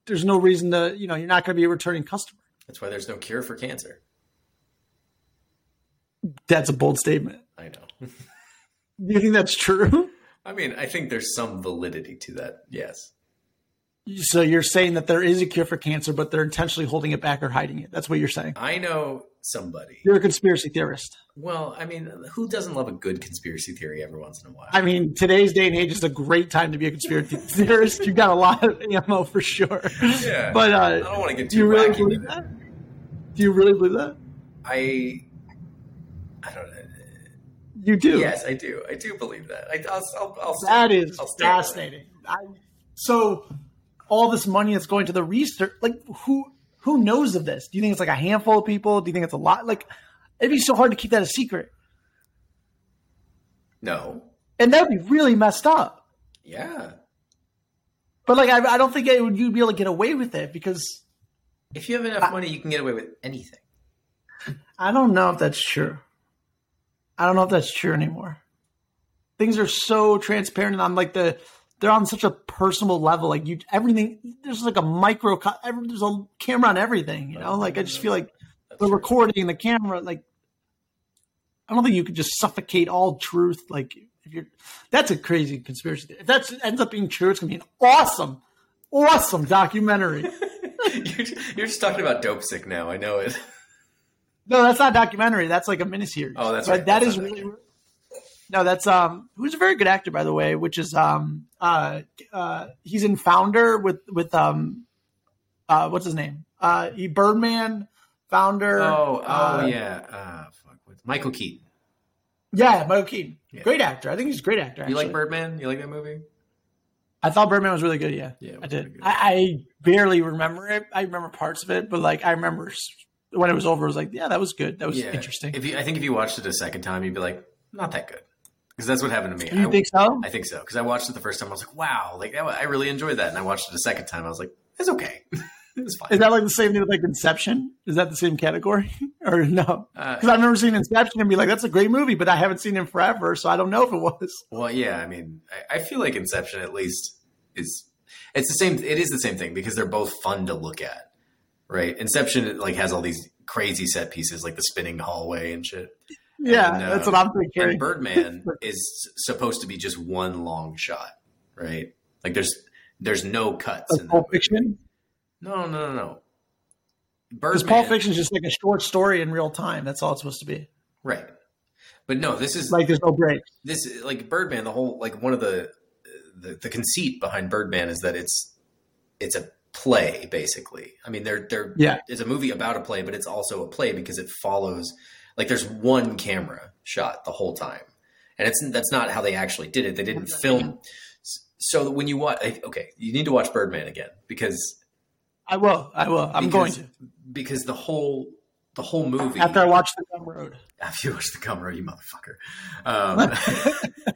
S1: there's no reason to, you know, you're not going to be a returning customer.
S2: That's why there's no cure for cancer.
S1: That's a bold statement.
S2: I know.
S1: Do you think that's true?
S2: I mean, I think there's some validity to that. Yes.
S1: So you're saying that there is a cure for cancer, but they're intentionally holding it back or hiding it. That's what you're saying.
S2: I know somebody.
S1: You're a conspiracy theorist.
S2: Well, I mean, who doesn't love a good conspiracy theory every once in a while?
S1: I mean, today's day and age is a great time to be a conspiracy theorist. You've got a lot of ammo for sure.
S2: yeah.
S1: But
S2: I
S1: uh,
S2: don't want to get
S1: do you
S2: too
S1: really
S2: wacky
S1: believe
S2: with it.
S1: that? Do you really believe that?
S2: I I don't know.
S1: You do.
S2: Yes, I do. I do believe that. I, I'll, I'll, I'll
S1: That is
S2: I'll stay with it.
S1: fascinating. I, so all this money that's going to the research, like who who knows of this? Do you think it's like a handful of people? Do you think it's a lot? Like it'd be so hard to keep that a secret,
S2: No.
S1: and that'd be really messed up.
S2: Yeah.
S1: But But like, I, I don't think it would, you'd be able to get away with it because
S2: If you have enough money, you can get away with anything.
S1: I don't know if that's true. I don't know if that's true anymore. Things are so transparent and on like the they're on such a personal level. Like you, everything there's like a micro. co- Every, there's a camera on everything. You know, like I just feel like
S2: That's
S1: the
S2: true.
S1: recording, the camera, like I don't think you could just suffocate all truth. Like if you're, that's a crazy conspiracy. theory. If that ends up being true, it's gonna be an awesome, awesome documentary.
S2: you're, just, you're just talking about dope sick now. I know it.
S1: no, that's not a documentary. That's like a miniseries.
S2: Oh, that's
S1: But
S2: right.
S1: That
S2: That's
S1: is
S2: not a
S1: really. No, that's um. Who's a very good actor, by the way, which is um uh uh he's in Founder with with um uh what's his name uh he Birdman Founder
S2: Oh, oh
S1: uh,
S2: yeah. Ah, fuck. What's- Michael Keaton.
S1: yeah Michael Keaton
S2: Yeah.
S1: great actor I think he's a great actor
S2: You
S1: actually.
S2: like Birdman? You like that movie?
S1: I thought Birdman was really good. Yeah,
S2: Yeah, it
S1: I
S2: was pretty
S1: did.
S2: good.
S1: I, I barely remember it. I remember parts of it, but like I remember s- when it was over, I was like, yeah, that was good. That was
S2: yeah.
S1: interesting.
S2: If you, I think if you watched it a second time, you'd be like, not that good. Because that's what happened to me.
S1: you
S2: I,
S1: think so?
S2: I think so. Because I watched it the first time, I was like, wow, like that, wa- I really enjoyed that. And I watched it a second time, I was like, it's okay. it's fine.
S1: Is that like the same thing with like Inception? Is that the same category or no?
S2: Uh,
S1: Because I remember seeing Inception and be like, that's a great movie, but I haven't seen it forever, so I don't know if it was.
S2: Well, yeah, I mean, I, I feel like Inception at least is it's the same. It is the same thing because they're both fun to look at, right? Inception like has all these crazy set pieces, like the spinning hallway and shit.
S1: Yeah,
S2: And, uh,
S1: that's what I'm
S2: And
S1: thinking.
S2: Birdman is supposed to be just one long shot, right? Like there's there's no cuts.
S1: Like
S2: In
S1: Pulp
S2: that movie.
S1: Fiction.
S2: No, no, no, no.
S1: Because
S2: Birdman,
S1: Pulp Fiction is just like a short story in real time. That's all it's supposed to be.
S2: right? But no, this is
S1: Like there's no break.
S2: this like Birdman, the whole like one of the, the the conceit behind Birdman is that it's it's a play basically. I mean, they're they're
S1: Yeah.
S2: it's a movie about a play, but it's also a play because it follows like there's one camera shot the whole time, and it's that's not how they actually did it. They didn't film. So when you watch, okay, you need to watch Birdman again because
S1: I will. I will. I'm going
S2: because-
S1: to
S2: because the whole the whole movie
S1: after I watch The Dumb Road.
S2: after you watch the camera, you motherfucker. Um,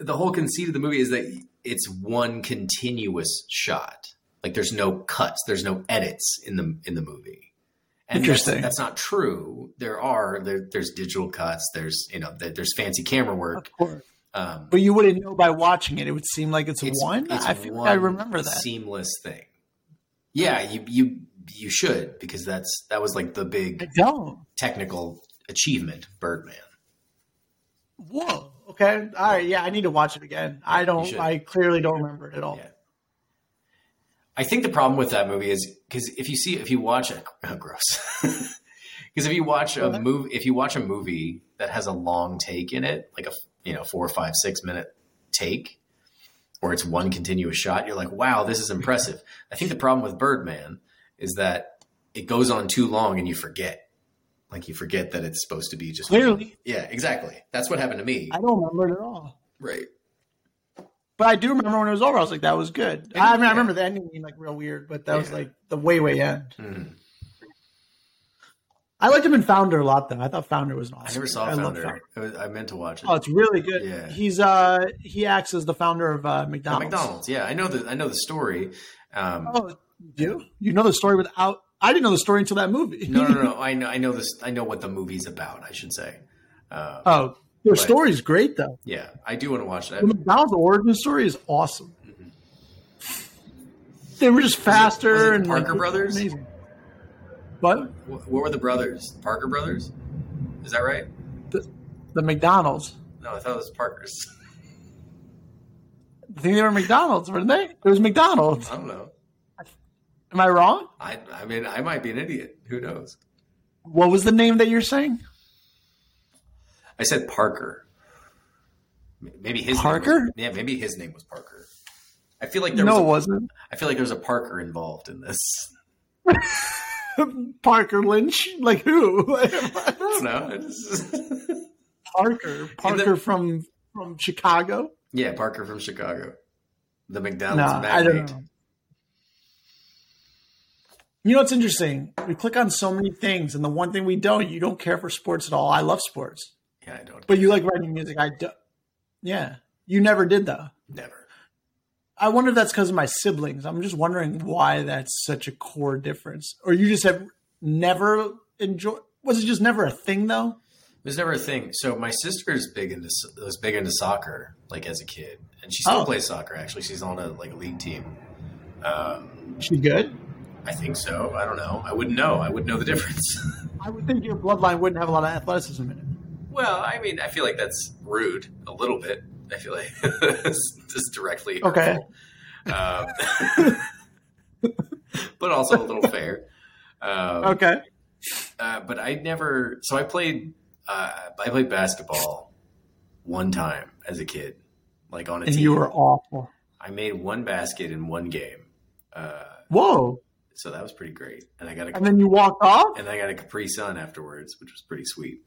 S2: the whole conceit of the movie is that it's one continuous shot. Like there's no cuts, there's no edits in the in the movie. And that's-
S1: Interesting.
S2: That's, not true. There are there, there's digital cuts. There's you know there, there's fancy camera work.
S1: Of course.
S2: Um,
S1: But you wouldn't know by watching it. It would seem like it's, one.
S2: it's
S1: I feel like
S2: one
S1: I remember that.
S2: seamless thing. Yeah, you you you should because that's that was like the
S1: I
S2: big
S1: don't.
S2: technical achievement, of Birdman.
S1: Whoa. Okay. All right. Yeah, I need to watch it again. I don't.
S2: should.
S1: I clearly don't remember it at all.
S2: Yeah. I think the problem with that movie is because if you see if you watch a oh, gross because if you watch a
S1: What?
S2: movie if you watch a movie that has a long take in it like a you know four five six minute take or it's one continuous shot you're like wow this is impressive I think the problem with Birdman is that it goes on too long and you forget like you forget that it's supposed to be just
S1: Clearly,
S2: yeah exactly that's what happened to me
S1: I don't remember it at all.
S2: right
S1: But I do remember when it was over. I was like, "That was good." I mean, I remember the ending being like real weird, but that was
S2: Yeah.
S1: like the way way end.
S2: Mhm.
S1: I liked him in Founder a lot, though. I thought Founder was an awesome.
S2: I never saw
S1: movie. love
S2: Founder I, was- I meant to watch it
S1: Oh, it's really good.
S2: Yeah.
S1: He's uh he acts as the founder of uh,
S2: At
S1: McDonald's.
S2: McDonald's. Yeah, I know the I know the story. Um,
S1: Oh, you do? You know the story without? I didn't know the story until that movie.
S2: No, no, no, no. I know I know this. I know what the movie's about. I should say. Uh,
S1: oh, their
S2: Right.
S1: story's great though.
S2: yeah, I do want to watch that.
S1: The McDonald's origin story is awesome. They were just faster
S2: was it the
S1: and
S2: Parker
S1: like,
S2: brothers?
S1: Amazing. But
S2: Wh- What were the brothers? Parker brothers? Is that right?
S1: the McDonald's.
S2: No, I thought it was Parker's.
S1: I think they were McDonald's, weren't they? It was McDonald's.
S2: I don't know.
S1: Am I wrong?
S2: I I mean, I might be an idiot. Who knows?
S1: What was the name that you're saying?
S2: I said Parker. M- Maybe his Name
S1: Parker?
S2: was, yeah, maybe his name was Parker. I feel like there
S1: No, it
S2: was.
S1: wasn't.
S2: A, I feel like there was a Parker involved in this.
S1: Parker Lynch? Like who?
S2: I don't know. It's-
S1: Parker. Parker from from Chicago?
S2: Yeah, Parker from Chicago. The
S1: No,
S2: McDonald's magnate.
S1: I don't know. You know what's interesting? We click on so many things, and the one thing we don't, you don't care for sports at all. I love sports,
S2: Yeah, I don't.
S1: but you like writing music. I do. Yeah, you never did though.
S2: Never.
S1: I wonder if that's because of my siblings. I'm just wondering why that's such a core difference. Or you just have never enjoyed. Was it just never a thing though?
S2: It was never a thing. So my sister's big into was big into soccer, like as a kid, and she still
S1: Oh.
S2: plays soccer. Actually, she's on a like a league team. Um,
S1: She good.
S2: I think so. I don't know. I wouldn't know. I wouldn't know the difference.
S1: I would think your bloodline wouldn't have a lot of athleticism in it.
S2: well, I mean, I feel like that's rude a little bit. I feel like it's just directly
S1: Okay.
S2: hurtful. um, but also a little fair. Um,
S1: Okay.
S2: uh, but I never. So I played. Uh, I played basketball one time as a kid, like on a
S1: And
S2: team.
S1: you were awful.
S2: I made one basket in one game, uh,
S1: Whoa.
S2: so that was pretty great. And I got a
S1: And then you walked off?
S2: and I got a Capri Sun afterwards, which was pretty sweet.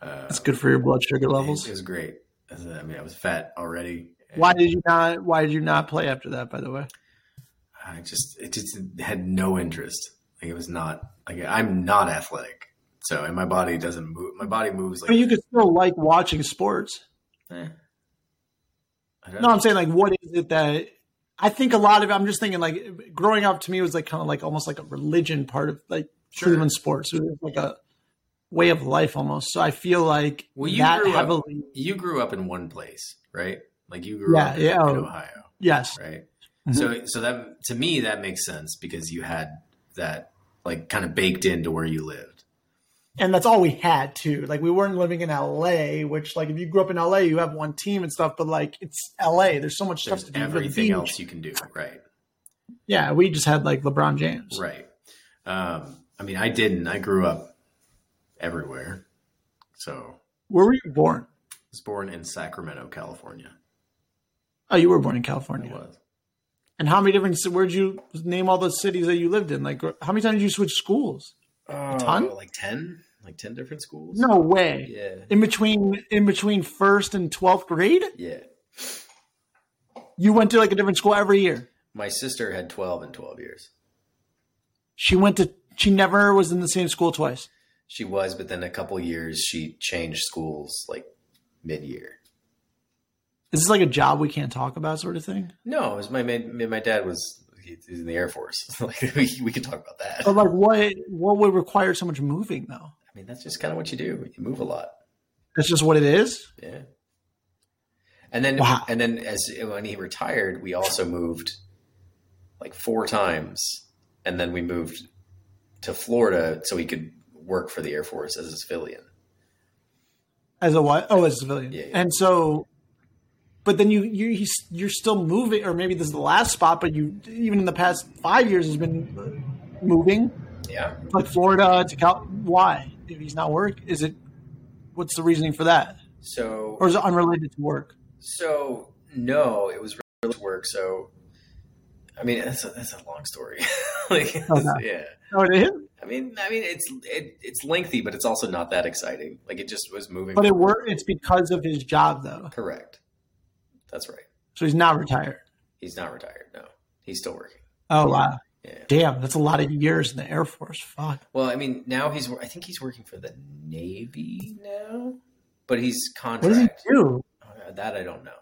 S2: Uh,
S1: That's good for your blood sugar
S2: It,
S1: levels.
S2: was great. I was- uh, I mean, I was fat already. and
S1: Why did you not why did you not play after that, by the way?
S2: I just it just had no interest. Like it was not like I'm not athletic, so and my body doesn't move. My body moves like
S1: I mean you could still like watching sports.
S2: eh. I don't
S1: No,
S2: know.
S1: I'm saying like, what is it that I think a lot of? I'm just thinking like, growing up to me was like kind of like almost like a religion part of like
S2: Sure.
S1: Cleveland sports. It was like a way of life almost. So I feel like
S2: Well, you
S1: that
S2: grew up-
S1: heavily.
S2: you grew up in one place, right? Like you grew
S1: Yeah,
S2: up in,
S1: yeah.
S2: in Ohio,
S1: Yes,
S2: right?
S1: Mhm.
S2: So so that to me that makes sense because you had that like kind of baked into where you lived.
S1: and that's all we had too. Like we weren't living in L.A., which like if you grew up in L.A., you have one team and stuff. But like it's L.A. There's so much
S2: There's
S1: stuff to do. for the
S2: everything
S1: beach.
S2: else you can do, right?
S1: Yeah, we just had like LeBron James.
S2: Right. Um, I mean, I didn't. I grew up everywhere. So I
S1: Where were you born?
S2: was born in Sacramento, California.
S1: Oh, you were born in
S2: I
S1: California.
S2: was.
S1: And how many different? ci- Where'd you name all those cities that you lived in? Like, how many times did you switch schools?
S2: Oh,
S1: ton?
S2: Like 10? Like 10 different schools?
S1: No way.
S2: Yeah.
S1: in between in between first and 12th grade
S2: Yeah.
S1: you went to like a different school every year
S2: My sister had 12 in 12 years.
S1: she went to she never was in the same school twice
S2: She was, but then a couple years she changed schools like mid year.
S1: is this like a job we can't talk about sort of thing
S2: No, it was my my, my dad was he's in the Air Force. like we, we can talk about that.
S1: but like what what would require so much moving though
S2: I mean, that's just kind of what you do. You move a lot.
S1: that's just what it is
S2: Yeah. And then
S1: Wow.
S2: and then as when he retired, we also moved like four times and then we moved to Florida so he could work for the Air Force as a civilian.
S1: as a what oh as a civilian
S2: Yeah, yeah.
S1: and so but then you you he's, you're still moving or maybe this is the last spot but you even in the past five years has been moving
S2: Yeah.
S1: like florida to cal why if he's not work is it what's the reasoning for that
S2: So
S1: or is it unrelated to work
S2: so no, it was really to work. So I mean, that's a, that's a long story. like
S1: Okay.
S2: yeah.
S1: Oh, it is?
S2: I mean, I mean it's it, it's lengthy, but it's also not that exciting. Like it just was moving
S1: But it were it's because of his job though.
S2: correct. That's right.
S1: So he's not retired.
S2: He's not retired. No. He's still working.
S1: Oh wow.
S2: Yeah.
S1: Damn, that's a lot of years in the Air Force. Fuck.
S2: Well, I mean, now he's. I think he's working for the Navy now, but he's
S1: What does he
S2: contract.
S1: do?
S2: Uh, that I don't know.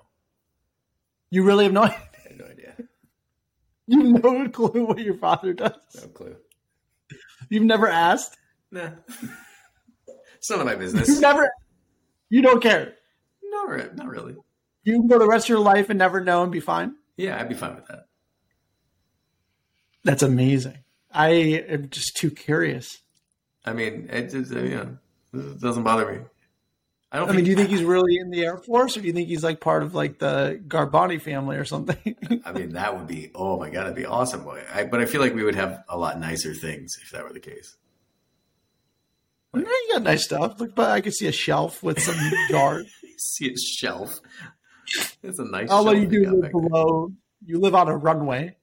S1: You really have no
S2: I have no idea.
S1: you have no clue what your father
S2: No
S1: does.
S2: clue.
S1: You've never asked?
S2: Nah. it's none of my
S1: You've
S2: business.
S1: never you don't care.
S2: not, re- not really.
S1: You can go the rest of your life and never know and be fine.
S2: Yeah, I'd be fine with that.
S1: That's amazing. I am just too curious.
S2: I mean, it just uh, you know it doesn't bother me. I don't.
S1: I mean, do you think he's really in the Air Force or do you think he's like part of like the Garbani family or something?
S2: I mean, that would be. Oh my god, that'd be awesome. I, but I feel like we would have a lot nicer things if that were the case.
S1: Yeah, you got nice stuff. Look, but I could see a shelf with some jars.
S2: See its shelf. It's a nice.
S1: Although
S2: shelf
S1: you
S2: they
S1: do
S2: got
S1: live
S2: back there.
S1: below, you live on a runway.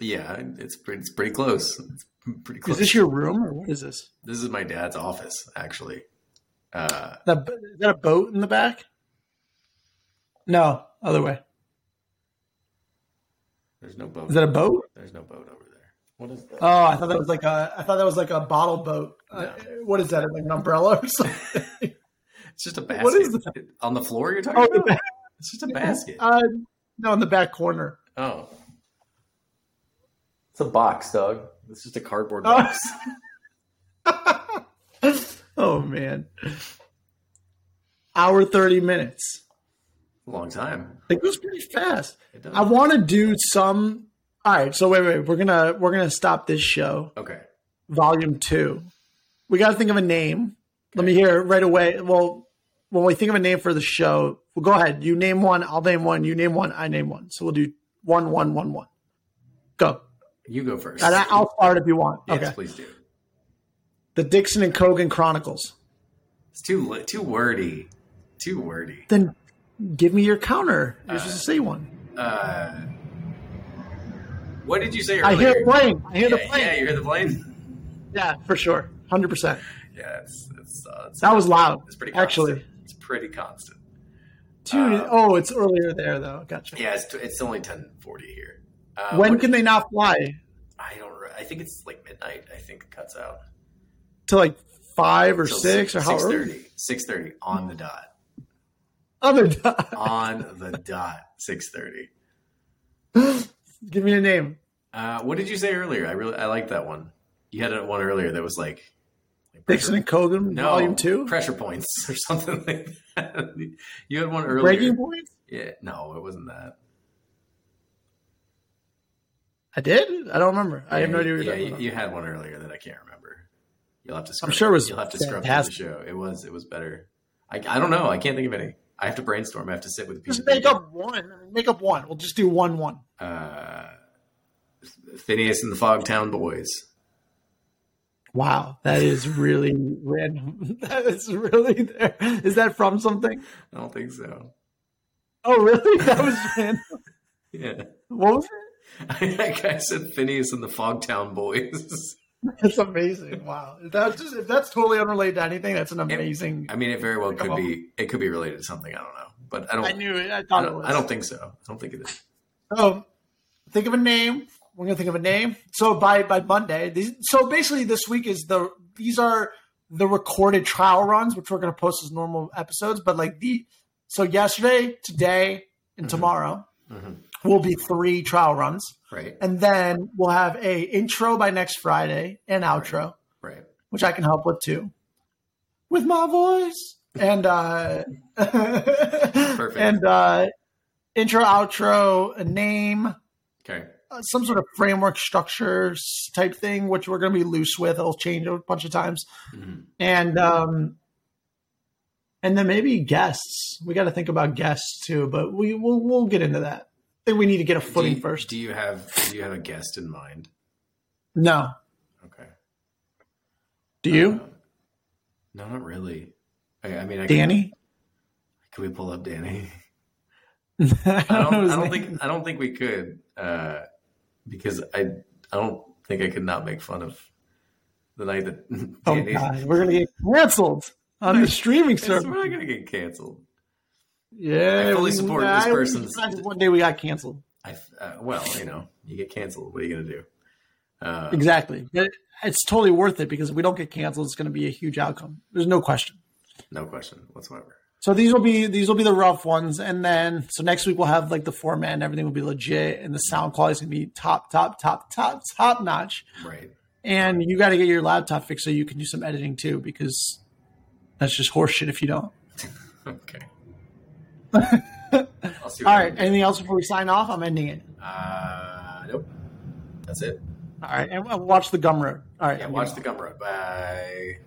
S2: Yeah, it's pretty. It's pretty close. It's pretty close.
S1: Is this your room or what is this?
S2: This is my dad's office, actually. Uh,
S1: That is that a boat in the back? No, other way.
S2: there's no boat.
S1: Is that a boat?
S2: There's no boat over there. What is that?
S1: Oh, I thought that was like a I thought that was like a bottle boat. Uh, what is that? Like an umbrella or something?
S2: It's just a basket.
S1: What is
S2: On the floor, you're talking
S1: oh, the
S2: about?
S1: back,
S2: It's just a basket.
S1: uh, no, in the back corner.
S2: Oh,
S3: It's a box, Doug. It's just a cardboard
S1: Oh.
S3: box.
S1: oh man. Hour thirty minutes.
S2: a long time.
S1: It goes pretty fast.
S2: It does.
S1: I want to do some. All right, so wait, wait. We're gonna we're gonna stop this show,
S2: okay.
S1: volume two. We got to think of a name. Let me hear it right away. Well, when we think of a name for the show, well, go ahead. You name one. I'll name one. You name one. I name one. So we'll do one, one, one, one. Go.
S2: You go first.
S1: And I, I'll start if you want.
S2: yes,
S1: Uh, okay.
S2: please do.
S1: The Dixon and Kogan Chronicles.
S2: It's too li- too wordy. Too wordy.
S1: Then give me your counter. You're
S2: Uh,
S1: supposed to say one.
S2: Uh, what did you say earlier?
S1: I hear the plane. I hear
S2: yeah,
S1: the plane.
S2: yeah,
S1: Yeah,
S2: you hear the plane.
S1: for sure. Hundred percent.
S2: Yeah, it's it's, uh, it's,
S1: That was loud.
S2: it's pretty constant.
S1: actually.
S2: It's pretty constant.
S1: Dude,
S2: Um,
S1: oh, it's earlier there though. Gotcha.
S2: Yeah, it's it's only ten forty here. Uh,
S1: when
S2: what-
S1: can they not fly?
S2: I don't. re- I think it's like midnight. I think it cuts out
S1: To like five or
S2: Till
S1: six or how early?
S2: thirty. Six thirty on the dot.
S1: Other
S2: On the dot. Six thirty.
S1: give me a name.
S2: Uh, what did you say earlier? I really I like that one. You had a- one earlier that was like, like
S1: Dixon and Kogan,
S2: no,
S1: Volume Two.
S2: pressure points or something like that. You had one earlier.
S1: Breaking points.
S2: Yeah, no, it wasn't that.
S1: I did. I don't remember. I have no idea. What
S2: Yeah,
S1: you're
S2: you,
S1: talking
S2: you had one earlier that I can't remember. You'll have to. Scrub,
S1: sure it was
S2: You'll have to scrub through the
S1: fantastic.
S2: show. It was. It was better. I, I don't know. I can't think of any. I have to brainstorm. I have to sit with a
S1: about.
S2: piece
S1: Just
S2: of
S1: make
S2: paper.
S1: up one. Make up one. We'll just do one one.
S2: Uh, Phineas and the Fogtown Boys.
S1: Wow, that is really random. That is really there. Is that from something?
S2: I don't think so.
S1: Oh, really? That was random.
S2: Yeah,
S1: What was it?
S2: I, I said Phineas and the Fogtown Boys.
S1: That's amazing. Wow. If that's just if that's totally unrelated to anything, that's an
S2: It-
S1: amazing.
S2: I mean, it very well could
S1: Come on.
S2: be. It could be related to something. I don't know, but I don't.
S1: I knew it. I
S2: I
S1: thought it
S2: don't,
S1: was.
S2: I don't think so. I don't think it is.
S1: So think of a name. We're gonna think of a name. So by by Monday, these, so basically this week is the these are the recorded trial runs, which we're gonna post as normal episodes. But like the so yesterday, today, and
S2: Mhm.
S1: tomorrow
S2: Mhm.
S1: will be three trial runs,
S2: Right.
S1: and then we'll have a intro by next Friday and outro,
S2: Right.
S1: which I can help with too, with my voice and uh perfect and uh intro outro a name
S2: Okay.
S1: uh, some sort of framework structure s- type thing, which we're going to be loose with. It'll change a bunch of times,
S2: Mhm.
S1: and um, and then maybe guests. We got to think about guests too, but we we'll, we'll get into that. I think we need to get a
S2: Do
S1: footing
S2: you,
S1: first.
S2: do you have Do you have a guest in mind?
S1: no,
S2: Okay.
S1: do you,
S2: Um, no, not really. I, I mean, I
S1: Danny?
S2: Can, can we pull up Danny?
S1: I
S2: I
S1: know
S2: don't.
S1: his
S2: I don't
S1: name.
S2: think. I don't think we could uh, because I. I don't think I could not make fun of the night that
S1: Oh
S2: Danny.
S1: God, we're gonna get canceled on the streaming
S2: It's-
S1: service.
S2: we're not gonna get canceled.
S1: Yeah,
S2: I fully
S1: we-
S2: support this
S1: I-
S2: person's-
S1: One day we got canceled.
S2: I. Uh, well, you know, you get canceled. What are you gonna do? Uh,
S1: Exactly, but it's totally worth it because if we don't get canceled, it's going to be a huge outcome. There's no question.
S2: No question whatsoever.
S1: So these will be these will be the rough ones, and then so next week we'll have like the format and everything will be legit, and the sound quality's gonna be top, top, top, top, top notch.
S2: Right.
S1: And you got to get your laptop fixed so you can do some editing too, because that's just horseshit if you don't.
S2: Okay. I'll see what
S1: All
S2: I
S1: right,
S2: can do.
S1: anything else before we sign off? I'm ending it.
S2: Uh, nope. That's it.
S1: All right, and watch the Gumroad. All right,
S2: Yeah,
S1: I'm
S2: watch
S1: gonna-
S2: the Gumroad. Bye.